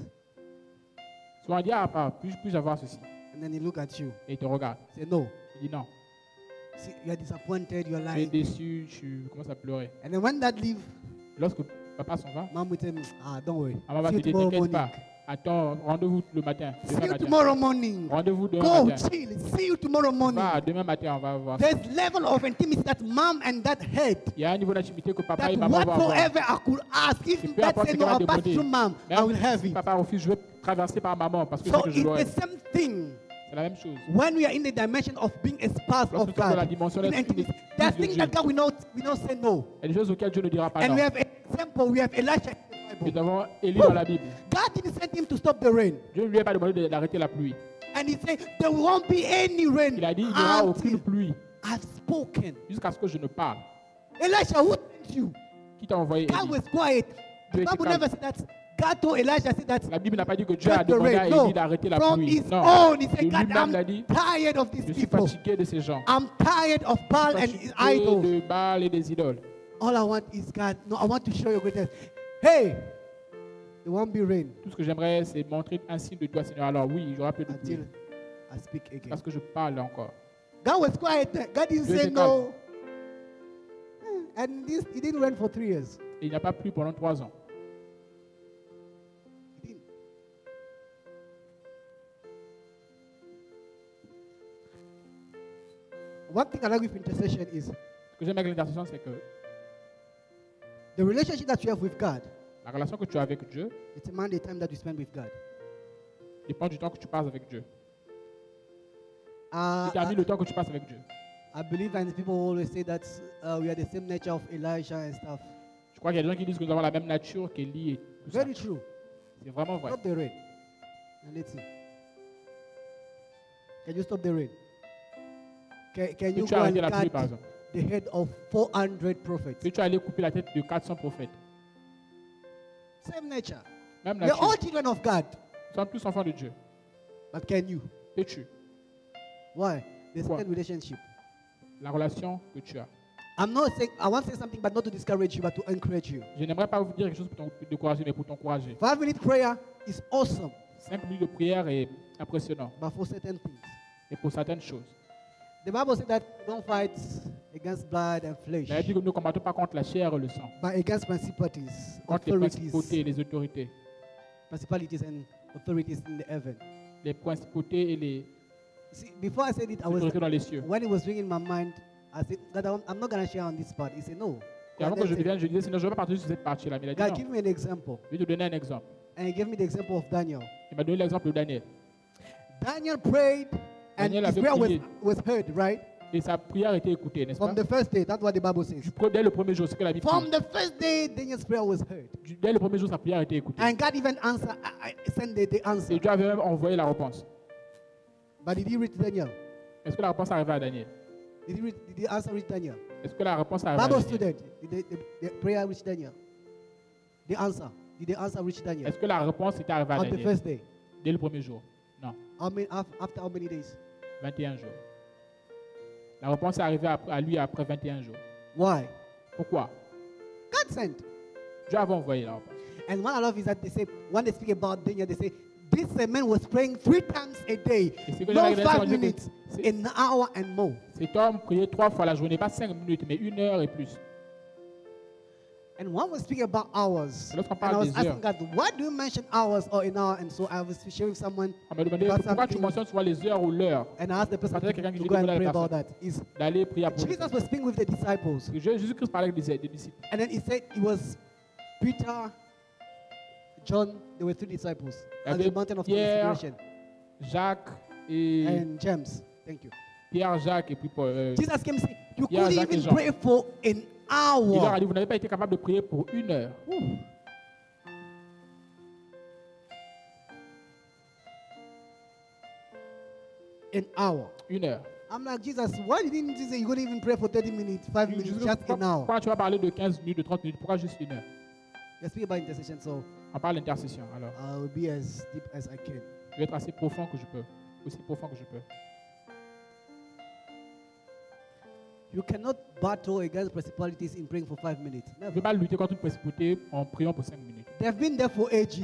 B: souvent on dit Ah, papa, puis-je puis avoir ceci
A: And then he look at you,
B: Et il te regarde.
A: say, No.
B: Il dit Non,
A: See, you are disappointed. You are
B: tu es
A: lying.
B: déçu, tu commences à pleurer.
A: And then when that leave,
B: Lorsque papa s'en va,
A: mom will tell me, ah, don't worry.
B: maman va
A: See
B: te
A: you
B: dire
A: tomorrow
B: T'inquiète
A: morning.
B: pas, attends, rendez-vous le matin.
A: See
B: Demain
A: you
B: matin.
A: tomorrow morning.
B: Rendez-vous demain
A: Go
B: matin.
A: chill. See you tomorrow morning.
B: Va, demain matin, on va voir.
A: There's level of intimacy that mom and dad had.
B: Il y a un niveau d'intimité que papa
A: That
B: et maman vont avoir.
A: whatsoever I could ask,
B: Et
A: if
B: peu
A: dad
B: importe ce
A: said
B: qu'il
A: no,
B: va
A: I'll pass
B: demander.
A: through mom, I will
B: Même
A: have
B: si
A: it.
B: papa refuse, je vais traverser par maman parce que c'est
A: So
B: ce que je dois.
A: it's the same thing.
B: C'est la même chose.
A: When we are in the dimension of being a spouse of
B: Lorsque nous sommes dans la
A: God,
B: dimension
A: in
B: de-
A: intimacy,
B: de-
A: there's
B: de
A: things
B: Dieu.
A: that God will not, we don't say no.
B: Il y a des choses auxquelles Dieu ne dira pas
A: And
B: non.
A: we have an example, we have Elisha in the
B: Nous
A: Bible.
B: avons Élie dans la Bible.
A: God didn't send him to stop the rain.
B: Dieu ne lui a pas demandé de- d'arrêter la pluie.
A: And he said, There won't be any rain.
B: Il a dit il n'y aura
A: until
B: aucune pluie
A: I've spoken.
B: jusqu'à ce que je ne parle.
A: Elisha, who sent you?
B: Qui t'a envoyé
A: God
B: Élie
A: was quiet.
B: Dieu
A: The
B: était
A: Bible
B: calme.
A: never said that. God told Elisha, said that.
B: La Bible n'a pas dit que Dieu a
A: "Stop the
B: demandé à
A: rain."
B: Élie
A: No.
B: d'arrêter la
A: From
B: pluie.
A: his
B: Non.
A: own, he
B: Et
A: said, God,
B: lui-même l'a
A: I'm
B: dit
A: tired of
B: Je
A: these
B: suis
A: people.
B: fatigué de ces gens.
A: I'm tired of Baal
B: Je
A: and
B: suis
A: his
B: fatigué
A: idols.
B: de Baal et des idoles.
A: All I want is God. No, I want to show your greatness. Hey, there won't be rain
B: Tout ce que j'aimerais, c'est montrer un signe de toi, Seigneur. Alors oui, il y aura plus de pluie.
A: until I speak again.
B: Parce que je parle encore.
A: God was quiet. God didn't
B: Dieu
A: say
B: était
A: no. Eh, And this, it didn't rain for three years.
B: Et il n'y a pas plu pendant trois ans.
A: Didn't. One thing I like with intercession is
B: Ce que j'aime avec l'intercession, c'est que
A: the relationship that you have with God
B: la relation que tu as avec Dieu
A: determines the time that you spend with God.
B: dépend du temps que tu passes avec Dieu.
A: Uh,
B: Détermine
A: I,
B: le temps que tu passes avec Dieu.
A: I believe, and people always say that uh, we are the same nature of Elijah and stuff.
B: Je crois qu'il y a des gens qui disent que nous avons la même nature qu'Élie et tout ça.
A: Very true.
B: C'est vraiment vrai.
A: Stop the rain. And let's see. Can you stop the rain? Can, can
B: Peux-tu
A: you go and
B: arrêter la pluie, par
A: cut
B: exemple
A: the head of 400 prophètes?
B: Peux-tu aller couper la tête de 400 prophètes
A: Same nature.
B: Même
A: We're
B: nature.
A: all children of God.
B: Nous sommes tous enfants de Dieu.
A: But can you?
B: Peux-tu
A: Why? The
B: Why?
A: second relationship.
B: La relation que tu as.
A: I'm not saying I want to say something, but not to discourage you, but to encourage you.
B: Je n'aimerais pas vous dire quelque chose pour t'en- pour te décourager, mais pour t'encourager.
A: Five minute prayer is awesome,
B: Cinq minutes de prière est impressionnant,
A: but for certain things.
B: et pour certaines choses.
A: The Bible says that don't fight against blood and
B: La Bible dit
A: flesh,
B: que nous ne combattons pas contre la chair et le sang,
A: but against principalities,
B: contre les principautés et
A: authorities,
B: les autorités,
A: principalities and authorities in the heaven.
B: les principautés et les
A: See, before I said it, I was
B: autorités dans les cieux.
A: when it was ringing in my mind, I said, God, I'm- I'm not gonna share on this part. He said, No.
B: Et avant
A: God,
B: que je
A: let's-
B: devienne, je disais, Seigneur, je ne veux pas partir sur cette partie-là. Mais il a dit,
A: God,
B: non.
A: give me an example.
B: Je vais te donner un exemple.
A: And he gave me the example of Daniel.
B: Il m'a donné l'exemple de Daniel.
A: Daniel prayed, and
B: Daniel
A: his
B: avait
A: prayer was,
B: prié.
A: was heard, right?
B: Et sa prière a été écoutée, n'est-ce pas
A: From the first day, that's what the Bible says.
B: Du pro- Dès le premier jour, c'est ce que la Bible
A: From
B: dit.
A: the first day, Daniel's prayer was heard.
B: Du- Dès le premier jour, sa prière a été écoutée.
A: And God even answered, I, I sent the, the answer.
B: Et Dieu avait même envoyé la réponse.
A: But did he reach Daniel?
B: Est-ce que la réponse est arrivée à Daniel
A: Did, he reach, did the answer reach Daniel?
B: Est-ce que la réponse est arrivée à
A: Bible
B: Daniel
A: student, did the, the, the prayer reach Daniel? The answer. Did the answer reach Daniel?
B: Est-ce que la réponse est arrivée à
A: On the
B: Daniel
A: first day.
B: Dès le premier jour Non,
A: How many, af- after how many days?
B: 21 jours. La réponse est arrivée après- à lui après 21 jours.
A: Why?
B: Pourquoi
A: God sent.
B: Dieu avait envoyé la réponse.
A: And what I love is that they say, when they speak about Daniel, they say, this uh, man was praying three times a day,
B: Et c'est que
A: no
B: j'avais
A: five
B: raison, Dieu
A: minutes,
B: que- c'est-
A: an hour and more.
B: Cet homme priait trois fois la journée, pas cinq minutes, mais une heure et plus.
A: And when we speak about hours,
B: Et lorsqu'on
A: and I
B: parle
A: was
B: des
A: asking God, why do you mention hours or an hour? And so I was sharing with someone,
B: On m'a demandé
A: Pas
B: pourquoi
A: cinq
B: tu
A: minutes.
B: mentionnes souvent les heures ou l'heure
A: and I asked the person
B: Partager
A: to,
B: quelqu'un qui
A: to
B: dit
A: go and
B: de
A: pray
B: la
A: about that. Is
B: d'aller prier pour les
A: Jesus was speaking with the disciples,
B: Jésus- Jésus-Christ parlait avec des des disciples.
A: and then he said it was Peter, John, there were three disciples
B: Il y
A: on the
B: avait
A: mountain of
B: Pierre,
A: transfiguration,
B: Jacques et
A: and James. Thank you.
B: Pierre, Jacques et puis Paul. euh,
A: Jesus came and said, You
B: Yeah,
A: couldn't
B: Jacques et
A: even
B: Jean.
A: pray for an
B: il leur
A: hour.
B: a dit, vous n'avez pas été capable de prier pour une heure.
A: Ooh. An hour.
B: Une heure.
A: I'm like, Jesus, why didn't you say you couldn't even pray for 30 minutes, 5 minutes,
B: Jésus,
A: just an
B: pourquoi,
A: hour?
B: pourquoi tu vas parler de 15 minutes, de 30 minutes Pourquoi juste une heure
A: Let's speak about intercession, so
B: On parle d'intercession. Alors,
A: I'll be as deep as I can.
B: je vais être assez profond que je peux. Aussi profond que je peux.
A: You cannot battle against principalities in praying for 5 minutes.
B: Je ne
A: Never.
B: peux pas lutter contre une précipité en priant pour 5 minutes.
A: They've been there for ages.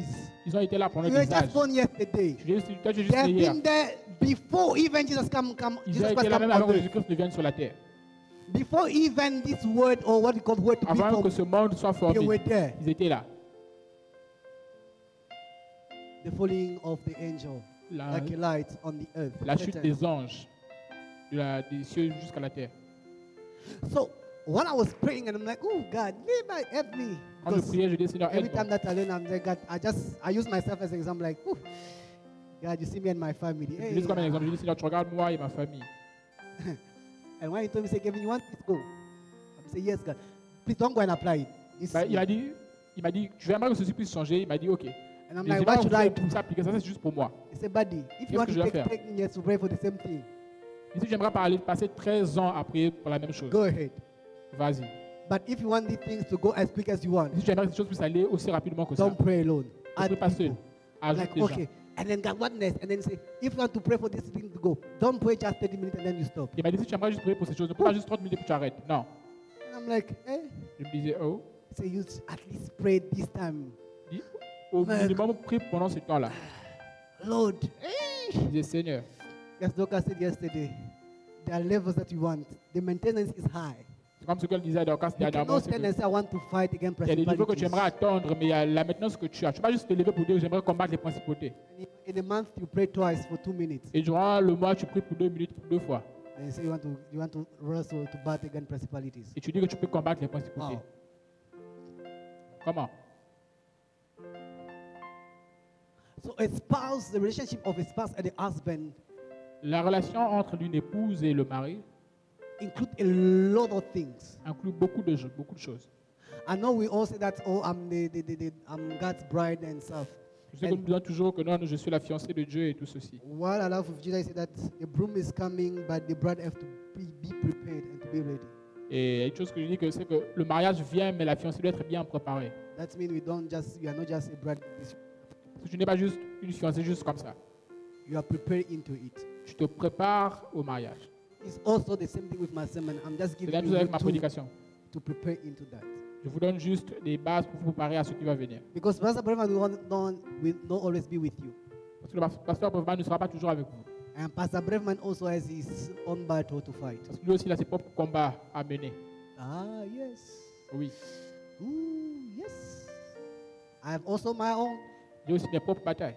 B: Ils ont été là pendant
A: You
B: des
A: were
B: âges.
A: just born yesterday.
B: Tu es juste- Toi, tu es juste né
A: They've
B: hier.
A: been there before even Jesus come, come,
B: Ils ont
A: Jesus
B: été
A: Christ
B: là
A: come
B: même
A: on
B: avant que
A: earth.
B: Jésus-Christ ne vienne sur la terre.
A: Before even this word or what you call word to be
B: Avant
A: formed,
B: que ce monde soit formé,
A: they were there.
B: ils étaient là.
A: the falling of the angel
B: La,
A: like a light on the earth.
B: la chute
A: Satan.
B: des anges, de la- des cieux jusqu'à la terre.
A: So when I was praying and I'm like, oh God, never help me.
B: Quand je
A: Because
B: priais, je dis Seigneur,
A: every
B: aide-moi.
A: time that I learn, I'm like, God, I just I use myself as an example, like, oh God, you see me and my family.
B: Je
A: Hey.
B: dis comme un exemple, je dis Seigneur, tu regardes moi et ma famille.
A: And when he told me, say, Kevin, you want this go? I'm saying, yes, God. Please don't go and apply it. This
B: Bah,
A: is
B: il m'a
A: me."
B: dit, il m'a dit, tu aimerais que ceci puisse changer. Il m'a dit, ok.
A: and I'm
B: Mais
A: like,
B: j'ai pas
A: what should I
B: voulu
A: do?
B: s'appliquer. Ça, c'est juste pour moi.
A: He said, buddy, if you
B: Qu'est-ce
A: want
B: que
A: to
B: je dois
A: take 10 years to pray for the same thing,
B: Et si j'aimerais parler, passer 13 ans à prier pour la même chose,
A: go ahead.
B: vas-y.
A: But if you want these things to go as quick as you
B: Et
A: want,
B: si j'aimerais que ces choses puissent aller aussi rapidement que ça,
A: don't pray alone.
B: ne prie
A: Add
B: pas seul.
A: people.
B: Ajoute
A: like
B: des gens.
A: okay and then God what next and then say if you want to pray for this thing to go don't pray just 30 minutes and then you stop
B: Il m'a dit, si tu aimerais juste prier pour ces choses, ne prie pas juste 30 minutes et puis tu arrêtes. Non.
A: and I'm like eh
B: Je me disais, oh,
A: so you s- at least pray this time
B: dis, au
A: Mec.
B: minimum, prie pendant ce temps-là.
A: Lord eh.
B: Je disais, Seigneur,
A: as Doka said yesterday there are levels that you want the maintenance is high
B: c'est comme ce qu'elle disait à Dorcas
A: you cannot
B: dernièrement. c'est que
A: stand and say I want to fight against
B: Il y a des niveaux que tu aimerais
A: principalities
B: attendre, mais il y a la maintenance que tu as. Tu ne vas pas juste te lever pour dire, j'aimerais combattre les principautés.
A: And in a month you pray twice for two minutes
B: Et durant le mois, tu pries pour deux minutes, pour deux fois.
A: and you say you want to you want to wrestle to battle against principalities
B: Et tu dis que tu peux combattre les principautés.
A: Wow.
B: Comment
A: so a spouse the relationship of a spouse and a husband
B: La relation entre une épouse et le mari
A: include a lot of things
B: inclut beaucoup de, jo- beaucoup de choses.
A: I know we all say that, oh, I'm the, the, the, the I'm God's bride and stuff.
B: Je sais que nous
A: And
B: disons toujours que non, je suis la fiancée de Dieu et tout ceci.
A: what I love of Jesus is that the broom is coming, but the bride have to be, be prepared and to be ready.
B: Et il y a une chose que je dis, que c'est que le mariage vient, mais la fiancée doit être bien préparée.
A: That means we don't just, we are not just a bride.
B: Parce que tu n'es pas juste une fiancée juste comme ça.
A: You are prepared into it.
B: Tu te prépares au mariage.
A: It's also the same thing with my sermon. I'm just
B: C'est
A: giving
B: la même chose
A: you
B: avec ma
A: two
B: prédication.
A: to prepare into that.
B: Je vous donne juste des bases pour vous préparer à ce qui va venir.
A: Because Pastor Brevman will not, don't- will not always be with you.
B: Parce que le pas- pasteur Bovman ne sera pas toujours avec vous.
A: And Pastor Brevman also has his own battle to fight.
B: Parce que lui aussi, il a ses propres combats à mener.
A: Ah, yes.
B: Oui.
A: Ooh, yes. I have also my own.
B: J'ai aussi mes propres batailles.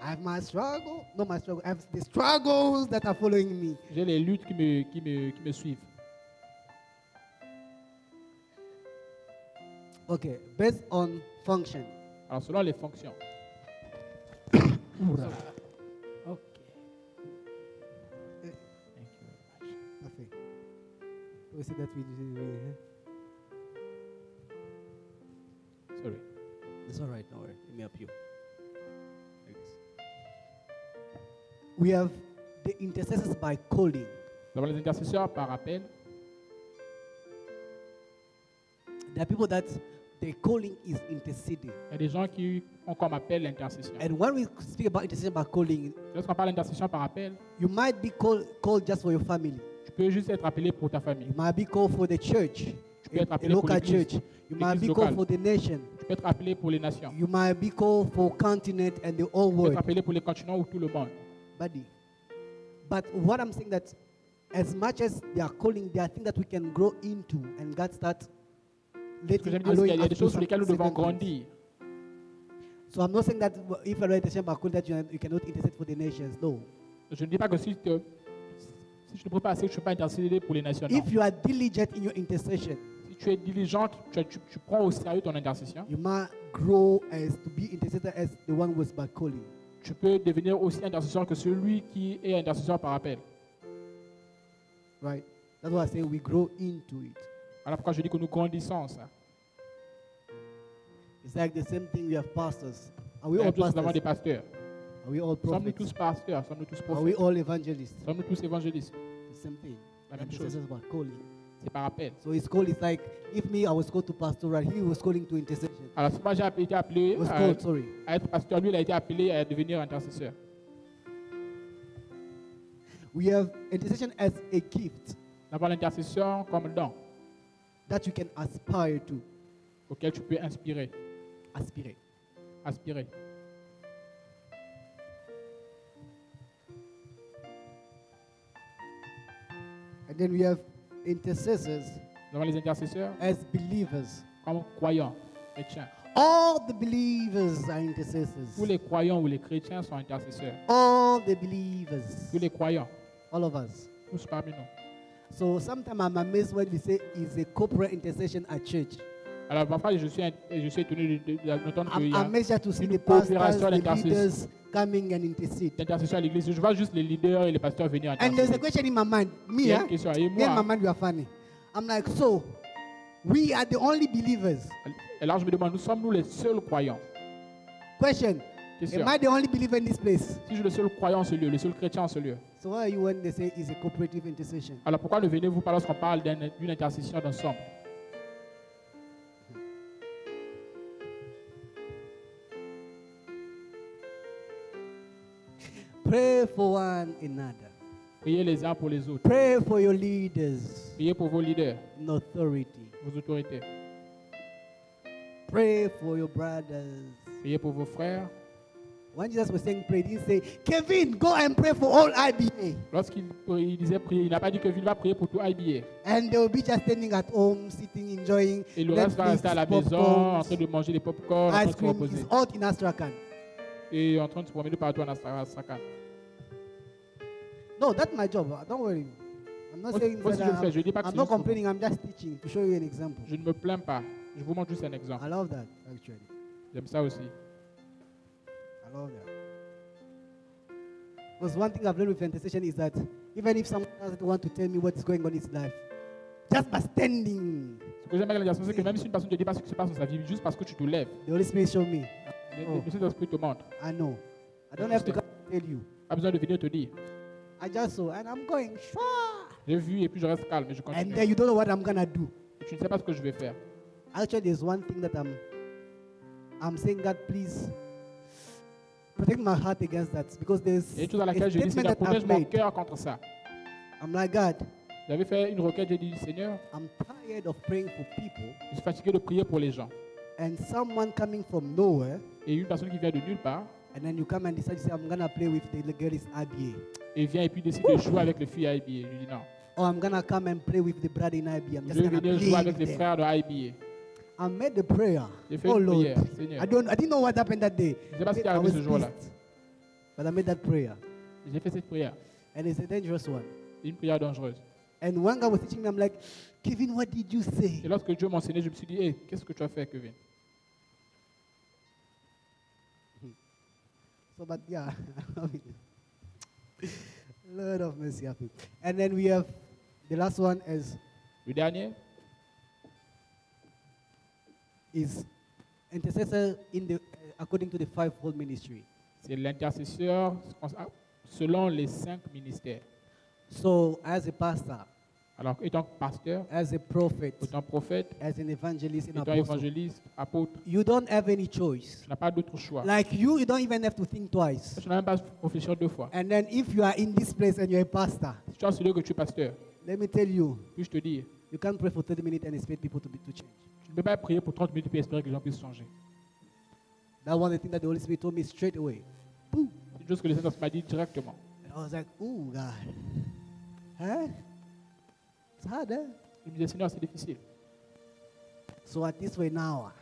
A: I have my struggle. No, my struggle. I have the struggles that are following me.
B: J'ai les luttes qui me, qui me, qui me suivent.
A: Okay, based on function.
B: Alors, selon les fonctions.
A: Okay. mercy that we do.
B: Sorry.
A: It's all right, don't worry. Let me help you. eh? We have the intercessors by calling.
B: Nous avons les intercesseurs par appel.
A: There are people that their calling is interceding.
B: Il y a des gens qui ont comme appel l'intercession.
A: And when we speak about intercession by calling,
B: Lorsqu'on parle d'intercession par appel,
A: you might be called called just for your family.
B: tu peux juste être appelé pour ta famille.
A: You might be called for the church,
B: peux
A: a,
B: être appelé
A: a local
B: pour l'église,
A: church. You might be
B: l'église
A: called
B: locale.
A: for the nation.
B: Tu peux être appelé pour les nations.
A: You might be called for continent and the whole
B: Tu peux être
A: world.
B: appelé pour les continents ou tout le monde.
A: Buddy. But what I'm saying that as much as they are calling, there are things that we can grow into and God start
B: Ce
A: letting
B: que j'aime dire, c'est qu'il y a- il y a
A: us
B: des
A: to
B: choses sur lesquelles nous
A: certain
B: devons
A: things.
B: grandir.
A: So I'm not saying that if you're intercession by calling that you, you cannot intercede for the nations. No.
B: Je ne dis pas que si, te- si je ne prie pas assez, je ne peux pas intercéder pour les nations. non.
A: If you are diligent in your intercession,
B: Si tu es diligente, tu, tu- tu prends au sérieux ton intercession,
A: you might grow as to be intercessor as the one who is by calling.
B: tu peux devenir aussi intercesseur que celui qui est intercesseur par appel.
A: Right? That's why I say we grow into it.
B: Voilà pourquoi je dis que nous grandissons en ça.
A: It's like the same thing we have pastors. Are we
B: Nous
A: all
B: sommes tous
A: pastors?
B: avons des
A: Are
B: pasteurs.
A: we all
B: Sommes-nous
A: prophets?
B: tous pasteurs Sommes-nous tous
A: Are we
B: prophètes
A: all evangelists?
B: Sommes-nous tous évangélistes
A: The same thing.
B: La même chose.
A: Intercessors by calling.
B: C'est par appel.
A: So his call is like if me I was called to pastoral, he was calling to intercession.
B: Alors, si moi j'ai été appelé
A: Was
B: à,
A: called, sorry.
B: à être pasteur, lui, il a été appelé à devenir intercesseur.
A: We have intercession as a gift
B: D'avoir l'intercession comme don
A: that you can aspire to.
B: auquel tu peux inspirer,
A: Aspire.
B: aspirer.
A: And then we have intercessors
B: Nous avons les intercesseurs
A: as believers.
B: comme croyants, chrétiens.
A: All the believers are intercessors.
B: Tous les croyants ou les chrétiens sont intercesseurs.
A: All the believers.
B: Tous les croyants,
A: All of us.
B: tous parmi nous.
A: So sometimes I'm amazed when we say it's a corporate intercession at church.
B: Alors, parfois, je suis, je suis étonné de- de- d'entendre qu'il
A: I'm
B: y a
A: amazed that to see
B: une
A: the pastors,
B: coopération
A: the
B: d'intercession.
A: leaders coming and intercede.
B: d'intercession à l'église. Je vois juste les leaders et les pasteurs venir
A: And there's a
B: intercéder.
A: question in my mind.
B: Il
A: Me,
B: y a une
A: huh?
B: question. Et
A: me and my
B: moi,
A: mind, we are funny. I'm like, so we are the only believers.
B: et là, je me demande, nous sommes-nous les seuls croyants
A: Question:
B: Question.
A: Am I the only believer in this place?
B: Si je suis le seul croyant en ce lieu, le seul chrétien en ce lieu,
A: So why are you when they say it's a cooperative intercession?
B: alors pourquoi ne venez-vous pas lorsqu'on parle d'un- d'une intercession d'ensemble
A: Pray for one another.
B: Priez les uns pour les autres.
A: Pray for your leaders
B: Priez pour vos leaders,
A: in authority.
B: vos autorités.
A: Pray for your brothers.
B: Priez pour vos frères.
A: When Jesus was saying pray, he didn't say, Kevin, go and pray for all IBA.
B: Lorsqu'il prie- il disait prier, il n'a pas dit que Ville va prier pour tout IBA.
A: And they will be just standing at home, sitting, enjoying.
B: Et le reste va
A: Netflix,
B: rester à la maison, en
A: popcorns,
B: train de manger des popcorn, en train
A: ice
B: de se
A: cream
B: reposer.
A: is hot in Astrakhan.
B: Et en train de se promener partout en Astra- Astrakhan.
A: No, that's my job. uh, Don't worry. I'm not
B: Moi,
A: saying that
B: moi, si je le fais, je dis
A: I'm,
B: pas que
A: I'm
B: c'est
A: not
B: juste pour
A: complaining. I'm just teaching to show you an example.
B: Je ne me plains pas. Je vous montre juste un exemple.
A: I love that actually.
B: J'aime ça aussi.
A: I love that. Because one thing I've learned with intercession is that even if someone doesn't want to tell me what's going on in his life, just by standing,
B: Ce que j'aime avec la diaspora, c'est que même si une personne ne te dit pas ce qui se passe dans sa vie, juste parce que tu te lèves,
A: the Holy Spirit show me.
B: le,
A: Oh.
B: le- le Saint-Esprit te montre.
A: I know. I don't have to come and tell you.
B: Pas besoin de venir te dire.
A: I just saw, and I'm going, sure.
B: J'ai vu et puis je reste calme et je
A: And
B: continue.
A: then you don't know what I'm gonna do.
B: Et tu ne sais pas ce que je vais faire.
A: Actually, there's one thing that I'm I'm saying, God, please protect my heart against that because there's
B: Il y a une chose à
A: a
B: laquelle j'ai dit, Seigneur,
A: statement that
B: protège
A: I've
B: mon
A: made.
B: cœur contre ça.
A: I'm like, God,
B: J'avais fait une requête, j'ai dit, Seigneur,
A: I'm tired of praying for people
B: je suis fatigué de prier pour les gens.
A: and someone coming from nowhere,
B: Et une personne qui vient de nulle part,
A: and then you come and decide, you say, I'm gonna play with the girls IBA,
B: et vient et puis décide de jouer avec les filles à IBA. Je lui dis non.
A: or I'm gonna come and play with the brother in IBA. I'm
B: Je
A: just
B: vais
A: gonna play
B: venir jouer avec
A: with
B: les
A: them.
B: frères de IBA.
A: I made the prayer.
B: J'ai fait
A: Oh
B: une
A: Lord,
B: prière, Seigneur.
A: I don't, I didn't know what happened that day.
B: Je sais pas ce qui est
A: I
B: arrivé
A: was
B: ce jour-là.
A: pissed, but I made that prayer,
B: J'ai fait cette prière.
A: and it's a dangerous one.
B: C'est une prière dangereuse.
A: And one guy was teaching me, I'm like, Kevin, what did you say?
B: Et lorsque Dieu m'enseignait, je me suis dit, Hey, qu'est-ce que tu as fait, Kevin
A: So, but yeah, [laughs] I mean, Lord of mercy, happy. And then we have the last one is
B: Le dernier
A: is intercessor in the uh, according to the fivefold ministry.
B: C'est l'intercesseur cons- selon les cinq ministères.
A: So, as a pastor,
B: Alors, étant pasteur,
A: as a prophet,
B: étant prophète,
A: as an evangelist, and
B: étant
A: apostle,
B: évangéliste, apôtre,
A: you don't have any choice.
B: tu n'as pas d'autre choix.
A: Like you, you don't even have to think twice.
B: Tu n'as même pas réfléchi deux fois.
A: And then, if you are in this place and you're a pastor,
B: Si tu as celui que tu es pasteur,
A: let me tell you,
B: puis-je te dire,
A: you can't pray for 30 minutes and expect people to be to change.
B: tu ne peux pas prier pour 30 minutes et espérer que les gens puissent changer.
A: That one the thing that the Holy Spirit told me straight away. Boom.
B: C'est une chose que le Seigneur m'a dit directement.
A: And I was like, oh God. Huh? It's hard, eh?
B: Il me disait, Seigneur, c'est difficile.
A: So at least for an hour.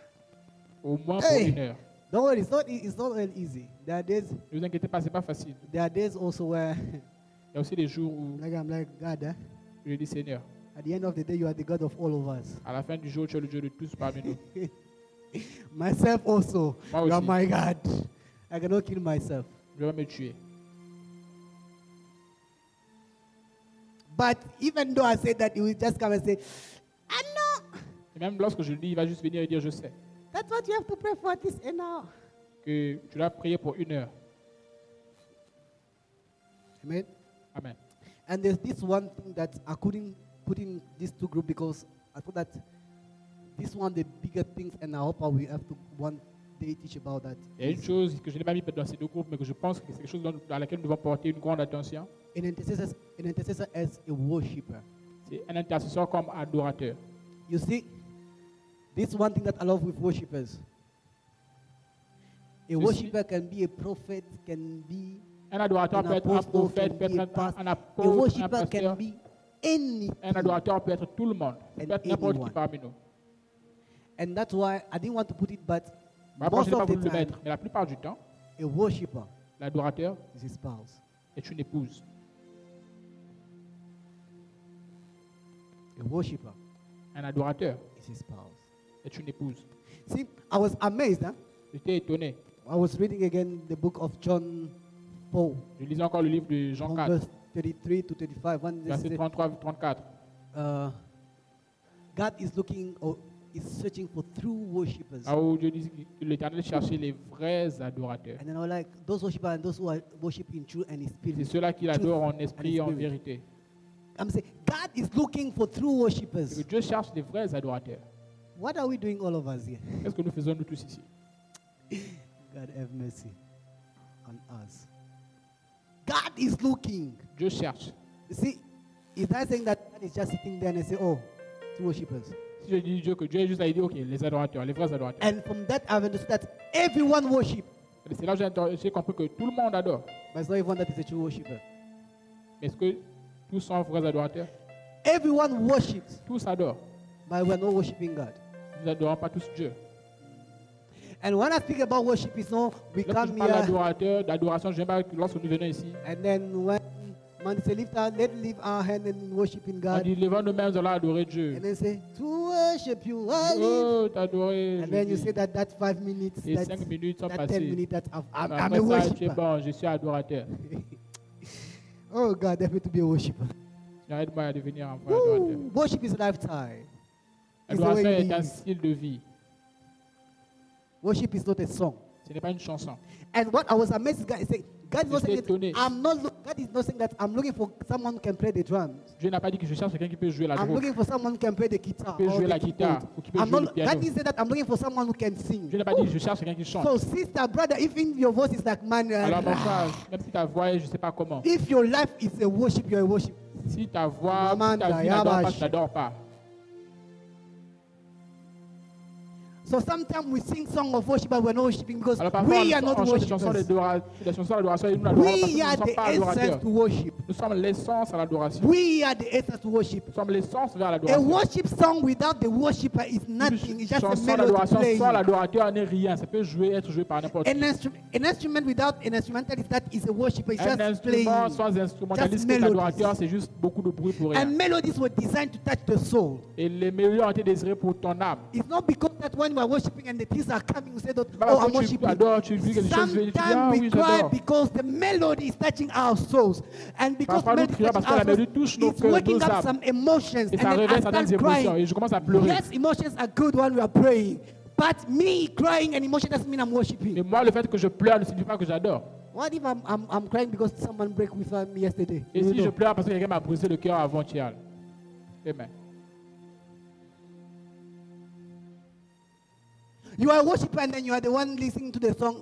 B: Au moins
A: Hey!
B: pour une heure.
A: ah, Don't worry, it's not, e- it's not really easy. There are days,
B: Ne vous inquiétez pas, ce n'est pas facile.
A: there are days also where [laughs]
B: Il y a aussi des jours où
A: like I'm like, God, eh?
B: je dis, Seigneur,
A: at the end of the day, you are the God of all of us.
B: à la fin du jour, tu es le Dieu de tous parmi nous.
A: Myself also,
B: Moi
A: you are
B: aussi.
A: my God. I cannot kill myself.
B: Je vais me tuer.
A: But even though I said that, he will just come and say, I know.
B: Et même lorsque je le dis, il va juste venir et dire, je sais
A: That's what you have to pray for at least an hour.
B: que tu dois prier pour une heure.
A: Amen.
B: Amen.
A: And there's this one thing that I couldn't put in these two groups because I thought that this one the bigger things, and I hope I will have to one day teach about that.
B: Il y a une
A: is
B: chose que je n'ai pas mis dans ces deux groupes, mais que je pense que c'est quelque chose dans, dans laquelle nous devons porter une grande attention.
A: An intercessor, an intercessor as a worshipper.
B: C'est un intercesseur comme adorateur.
A: You see, this one thing that I love with worshipers. A
B: You see-
A: worshiper can be a prophet, can be
B: Un adorateur
A: an
B: peut être un
A: apostle,
B: prophète,
A: can
B: peut
A: be
B: être
A: a
B: un,
A: pastor.
B: un
A: A
B: apôtre, un
A: worshiper can
B: pasteur.
A: be any.
B: Un adorateur peut être tout le monde. Il
A: And
B: peut être n'importe qui
A: anyone.
B: parmi nous.
A: And that's why I didn't want to put it, but
B: Ma
A: most
B: je n'ai pas
A: of
B: voulu
A: the
B: le
A: time,
B: mettre, mais la plupart du temps,
A: a worshiper
B: l'adorateur
A: is his spouse.
B: est une épouse.
A: A worshiper
B: Un adorateur
A: is his spouse.
B: est une épouse.
A: See, I was amazed. Huh?
B: J'étais étonné.
A: I was reading again the book of John 4,
B: Je lisais encore le livre de Jean
A: from
B: 4,
A: verse 33 to 35. When this
B: verset
A: is,
B: 33-34.
A: uh, God is looking or is searching for true worshippers.
B: Là où Dieu dit que l'Éternel cherchait les vrais adorateurs.
A: And then I was like, those worshippers and those who are worship in truth and in
B: C'est
A: spirit.
B: ceux-là qui l'adorent en esprit et en
A: Spirit.
B: vérité.
A: I'm saying, God is looking for true worshippers.
B: Parce que Dieu cherche les vrais adorateurs.
A: What are we doing, all of us here?
B: Qu'est-ce que nous faisons nous tous ici
A: God have mercy on us. God is looking.
B: Dieu cherche.
A: You see, it's not saying that God is just sitting there and say, oh, true worshippers.
B: Si je dis Dieu que Dieu est juste là, il dit ok, les adorateurs, les vrais adorateurs.
A: And from that, I've understood that everyone worship,
B: Et C'est là que j'ai inter- j'ai compris que tout le monde adore.
A: but it's not everyone that is a true worshiper.
B: Mais est-ce que tous sont vrais adorateurs
A: Everyone worships,
B: Tous adorent.
A: but we are not worshiping God.
B: Nous n'adorons pas tous Dieu.
A: And when I speak about worship, it's not we
B: Lorsque
A: come
B: je parle
A: here
B: d'adorateur, d'adoration, j'aime pas que lorsque nous venons ici,
A: and then when man say lift our let lift our hand and worship in
B: on
A: God,
B: dit levant nous-mêmes, nous allons adorer
A: and
B: Dieu.
A: then say to worship you I live.
B: Oh, t'adorer.
A: And then you
B: Jésus.
A: say that that five minutes,
B: Et
A: that,
B: cinq minutes sont
A: that ten
B: passées.
A: minutes, that I've- I'm, I'm
B: Après
A: a
B: ça, tu es
A: worshiper.
B: eh bon, je suis adorateur.
A: Oh God, help me to be a worshiper.
B: J'arrête-moi à devenir un vrai adorateur.
A: Woo! Worship is a lifestyle. It's the way
B: L'adoration
A: you
B: est un
A: live.
B: style de vie.
A: Worship is not a song.
B: Ce n'est pas une chanson.
A: And what I was amazed is God is saying, God is not
B: J'étais
A: saying
B: étonné.
A: that I'm not look, God is not saying that I'm looking for someone who can play the drums.
B: Dieu n'a pas dit que je cherche quelqu'un qui peut jouer la
A: I'm
B: drôle.
A: looking for someone who can play the guitar.
B: Qui peut
A: or
B: jouer
A: the
B: la guitare,
A: keyboard.
B: ou qui peut
A: I'm
B: jouer
A: not-
B: le
A: God
B: piano.
A: didn't say that I'm looking for someone who can sing.
B: Dieu n'a pas dit je cherche quelqu'un qui chante.
A: So sister, brother, even your voice is like mine. uh,
B: Alors mon frère, même si ta voix est, je ne sais pas comment.
A: if your life is a worship, you're a worship.
B: Si ta voix, si
A: Maman, bah,
B: ta vie n'adore pas,
A: Dayabash.
B: tu n'adores pas.
A: So sometimes we sing song of worship, but we're not worshiping because
B: Alors parfois,
A: we are
B: on,
A: not
B: on chante des chansons
A: worshipers.
B: d'adora- des chansons d'adoration et nous n'adorons pas
A: We
B: parce que nous
A: are
B: ne sommes
A: the
B: pas
A: essence
B: adorateurs.
A: to worship.
B: Nous sommes l'essence à l'adoration.
A: We are the essence to worship.
B: Nous sommes l'essence vers
A: A
B: l'adoration.
A: worship song without the worshiper is nothing.
B: Une
A: It's just a
B: chanson
A: melody
B: d'adoration sans
A: playing.
B: l'adorateur n'est rien. Ça peut jouer, être joué par n'importe qui.
A: An, instru- an instrument without an instrumentalist that is a worshiper is
B: Un
A: just
B: instrument
A: playing.
B: sans instrumentaliste,
A: Just
B: que
A: melodies.
B: l'adorateur, c'est juste beaucoup de bruit pour rien.
A: And melodies were designed to touch the soul.
B: Et les mélodies ont été désirées pour ton âme.
A: It's not because that when we are worshiping and the things are coming, we say that,
B: Voilà,
A: oh, I'm
B: quand tu
A: worshiping.
B: adores, tu vis quelque chose, tu dis, ah
A: Sometimes
B: oui,
A: we cry
B: j'adore.
A: because the melody is touching our souls. And because
B: Parfois, nous
A: melody is
B: prions
A: touching
B: parce que la
A: our
B: mélodie touche
A: souls,
B: nos
A: it's
B: cœurs,
A: waking
B: nos
A: up
B: âmes.
A: some emotions.
B: Et
A: and
B: ça
A: then I
B: réveille certaines
A: start
B: émotions.
A: crying.
B: Et je commence à pleurer.
A: Yes, emotions are good when we are praying. But me crying and emotion doesn't mean I'm
B: Mais
A: worshiping.
B: moi, le fait que je pleure ne signifie pas que j'adore.
A: What if I'm, I'm, I'm crying because someone broke with uh, me yesterday?
B: Et
A: You
B: si je
A: know.
B: pleure parce que quelqu'un m'a brisé le cœur avant-hier Amen.
A: You are a worshiper and then you are the one listening to the song.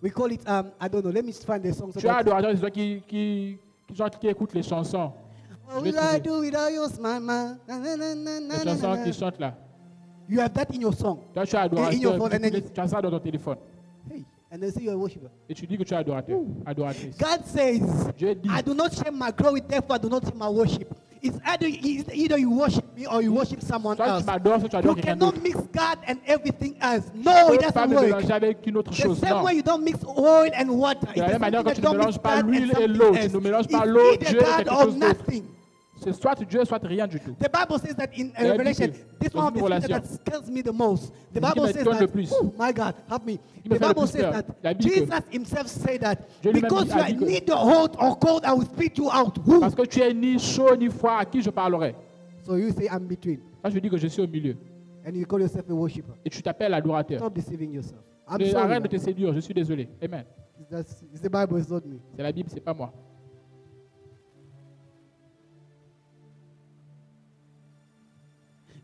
A: We call it, um, I don't know, let me find the song. so
B: Tu es
A: that-
B: adorateur, c'est toi qui, qui, qui, gens qui écoutent les chansons.
A: What
B: je vais
A: will I
B: trouver.
A: do without you, mama? Na, na, na, na, na,
B: Les
A: na,
B: chansons
A: na.
B: qui chantent là.
A: You have that in your song.
B: Toi, tu es
A: Et ils ont
B: adorateur.
A: fait
B: et puis
A: un
B: tu-
A: indice.
B: Tu as ça dans ton téléphone.
A: Hey, and they say you're a worshiper.
B: Et tu dis que tu es adorateur. Adoratrice.
A: God says,
B: Dieu dit,
A: I do not share my glory, therefore I do not share my worship. It's either, it's either you worship me or you worship someone
B: soit
A: else.
B: tu m'adores, soit tu adores
A: You
B: quelqu'un
A: cannot
B: d'autre.
A: mix God and everything else.
B: Tu
A: No,
B: ne
A: it
B: peux pas
A: doesn't
B: me
A: work.
B: mélanger avec une autre
A: The
B: chose.
A: same
B: Non.
A: way you don't mix oil and water. It
B: la
A: doesn't
B: même
A: mean
B: manière
A: that
B: que tu
A: you
B: ne
A: don't mix
B: mélanges pas
A: God and
B: l'huile et
A: something
B: l'eau, tu
A: else.
B: ne mélanges
A: It's
B: pas l'eau,
A: either
B: Dieu et
A: God
B: quelque
A: or
B: chose d'autre.
A: nothing.
B: C'est soit tu Dieu, soit rien du tout.
A: The Bible says that in uh,
B: La Bible
A: Revelation,
B: dit,
A: this
B: dans
A: one of the
B: une
A: scriptures that
B: relation.
A: scares me the most. The
B: Ce qui
A: Bible
B: me
A: says
B: étonne le
A: that,
B: plus.
A: oh my God, help me.
B: qui me
A: The
B: fait le
A: Bible
B: plus
A: says
B: peur. La
A: that
B: Bible dit que-
A: Jesus himself said that
B: Dieu lui-même
A: because
B: dit-
A: you
B: a
A: are
B: dit que-
A: neither hot or cold, I will spit you out. Who?
B: Parce que tu es ni chaud ni froid, à qui je parlerai
A: So you say I'm between,
B: Là, je dis que je suis au milieu.
A: and you call yourself a worshiper.
B: Et tu t'appelles adorateur.
A: Stop deceiving yourself. I'm
B: Ne-
A: sorry.
B: Arrête de
A: man.
B: te séduire, je suis désolé. Amen.
A: It's, that's, it's the Bible, it's not me.
B: C'est la Bible, c'est pas moi.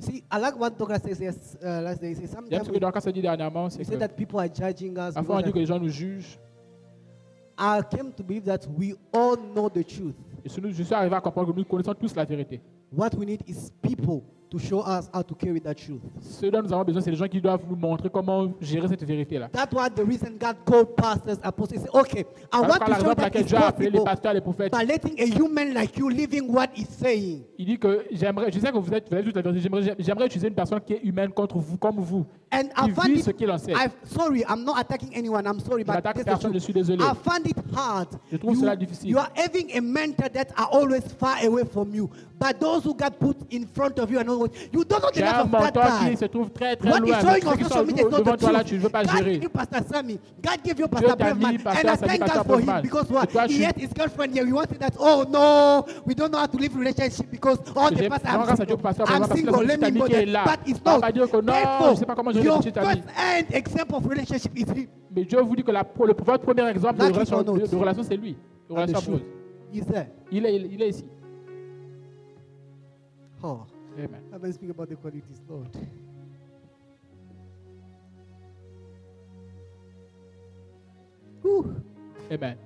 A: See, I like what Douglas says yes, uh, last day. He says
B: J'aime
A: sometimes
B: ce que
A: we,
B: Dorcas a dit dernièrement,
A: we
B: c'est
A: say
B: que
A: that people are judging us.
B: parfois on dit
A: because
B: que les gens nous jugent.
A: I, I came to believe that we all know the truth.
B: Et si nous- je suis arrivé à comprendre que nous connaissons tous la vérité.
A: What we need is people to show us how to carry that truth.
B: Ce dont nous avons besoin, c'est les gens qui doivent nous montrer comment gérer cette vérité-là.
A: That's why the reason God called pastors, apostles, he said, okay, I
B: Voilà
A: want
B: pourquoi la
A: to show you
B: raison pour
A: that
B: laquelle
A: it's
B: Dieu a appelé les
A: possible
B: pasteurs et les prophètes.
A: by letting a human like you living what he's saying.
B: Il dit que j'aimerais, je sais que vous êtes, vous avez toute la vérité, j'aimerais, j'aimerais utiliser une personne qui est humaine contre vous, comme vous,
A: And I
B: qui
A: found
B: vit
A: it-
B: ce qu'il enseigne.
A: I've, sorry, I'm not attacking anyone. I'm sorry,
B: Je
A: but
B: n'attaque
A: this is
B: personne,
A: the
B: je suis
A: truth.
B: désolé.
A: I find it hard.
B: Je trouve
A: you,
B: cela difficile.
A: You are having a mentor that are always far away from you. But those who got put in front of you and always, you don't know the
B: J'ai un
A: love of that
B: mentor
A: guy.
B: qui se trouve très très
A: What is
B: loin.
A: showing
B: Ceux
A: on
B: qui
A: social
B: sont
A: media is not
B: devant toi là,
A: the
B: tu ne
A: truth.
B: veux pas
A: God
B: gérer.
A: gave you Pastor Sammy. God gave you Pastor
B: t'a mis
A: Brevman.
B: Pastor
A: And I
B: Sammy,
A: thank
B: Pastor
A: God for him
B: Bregman.
A: because what?
B: Et toi,
A: he
B: tu-
A: had his girlfriend here. We wanted that, oh no, we don't know how to live relationship because all the
B: J'ai-
A: pastors
B: non,
A: are
B: grâce à Dieu pour Pastor Bregman,
A: I'm
B: parce que
A: single,
B: c'est
A: let
B: une
A: me
B: amie qui est
A: model.
B: là.
A: But it's
B: On va
A: not.
B: dire que non,
A: Therefore,
B: je sais pas comment gérer
A: your
B: une petite amie.
A: first hand example of relationship is him.
B: Mais Dieu vous dit que la, pro- le, votre premier exemple de
A: Lucky
B: relation,
A: or not.
B: de, de relation, Ah, c'est lui. De
A: And
B: relation
A: the truth
B: amoureuse.
A: is there.
B: Il est, il, il est ici.
A: Oh,
B: Amen.
A: I haven't speak about the qualities, Lord. Whew.
B: Amen.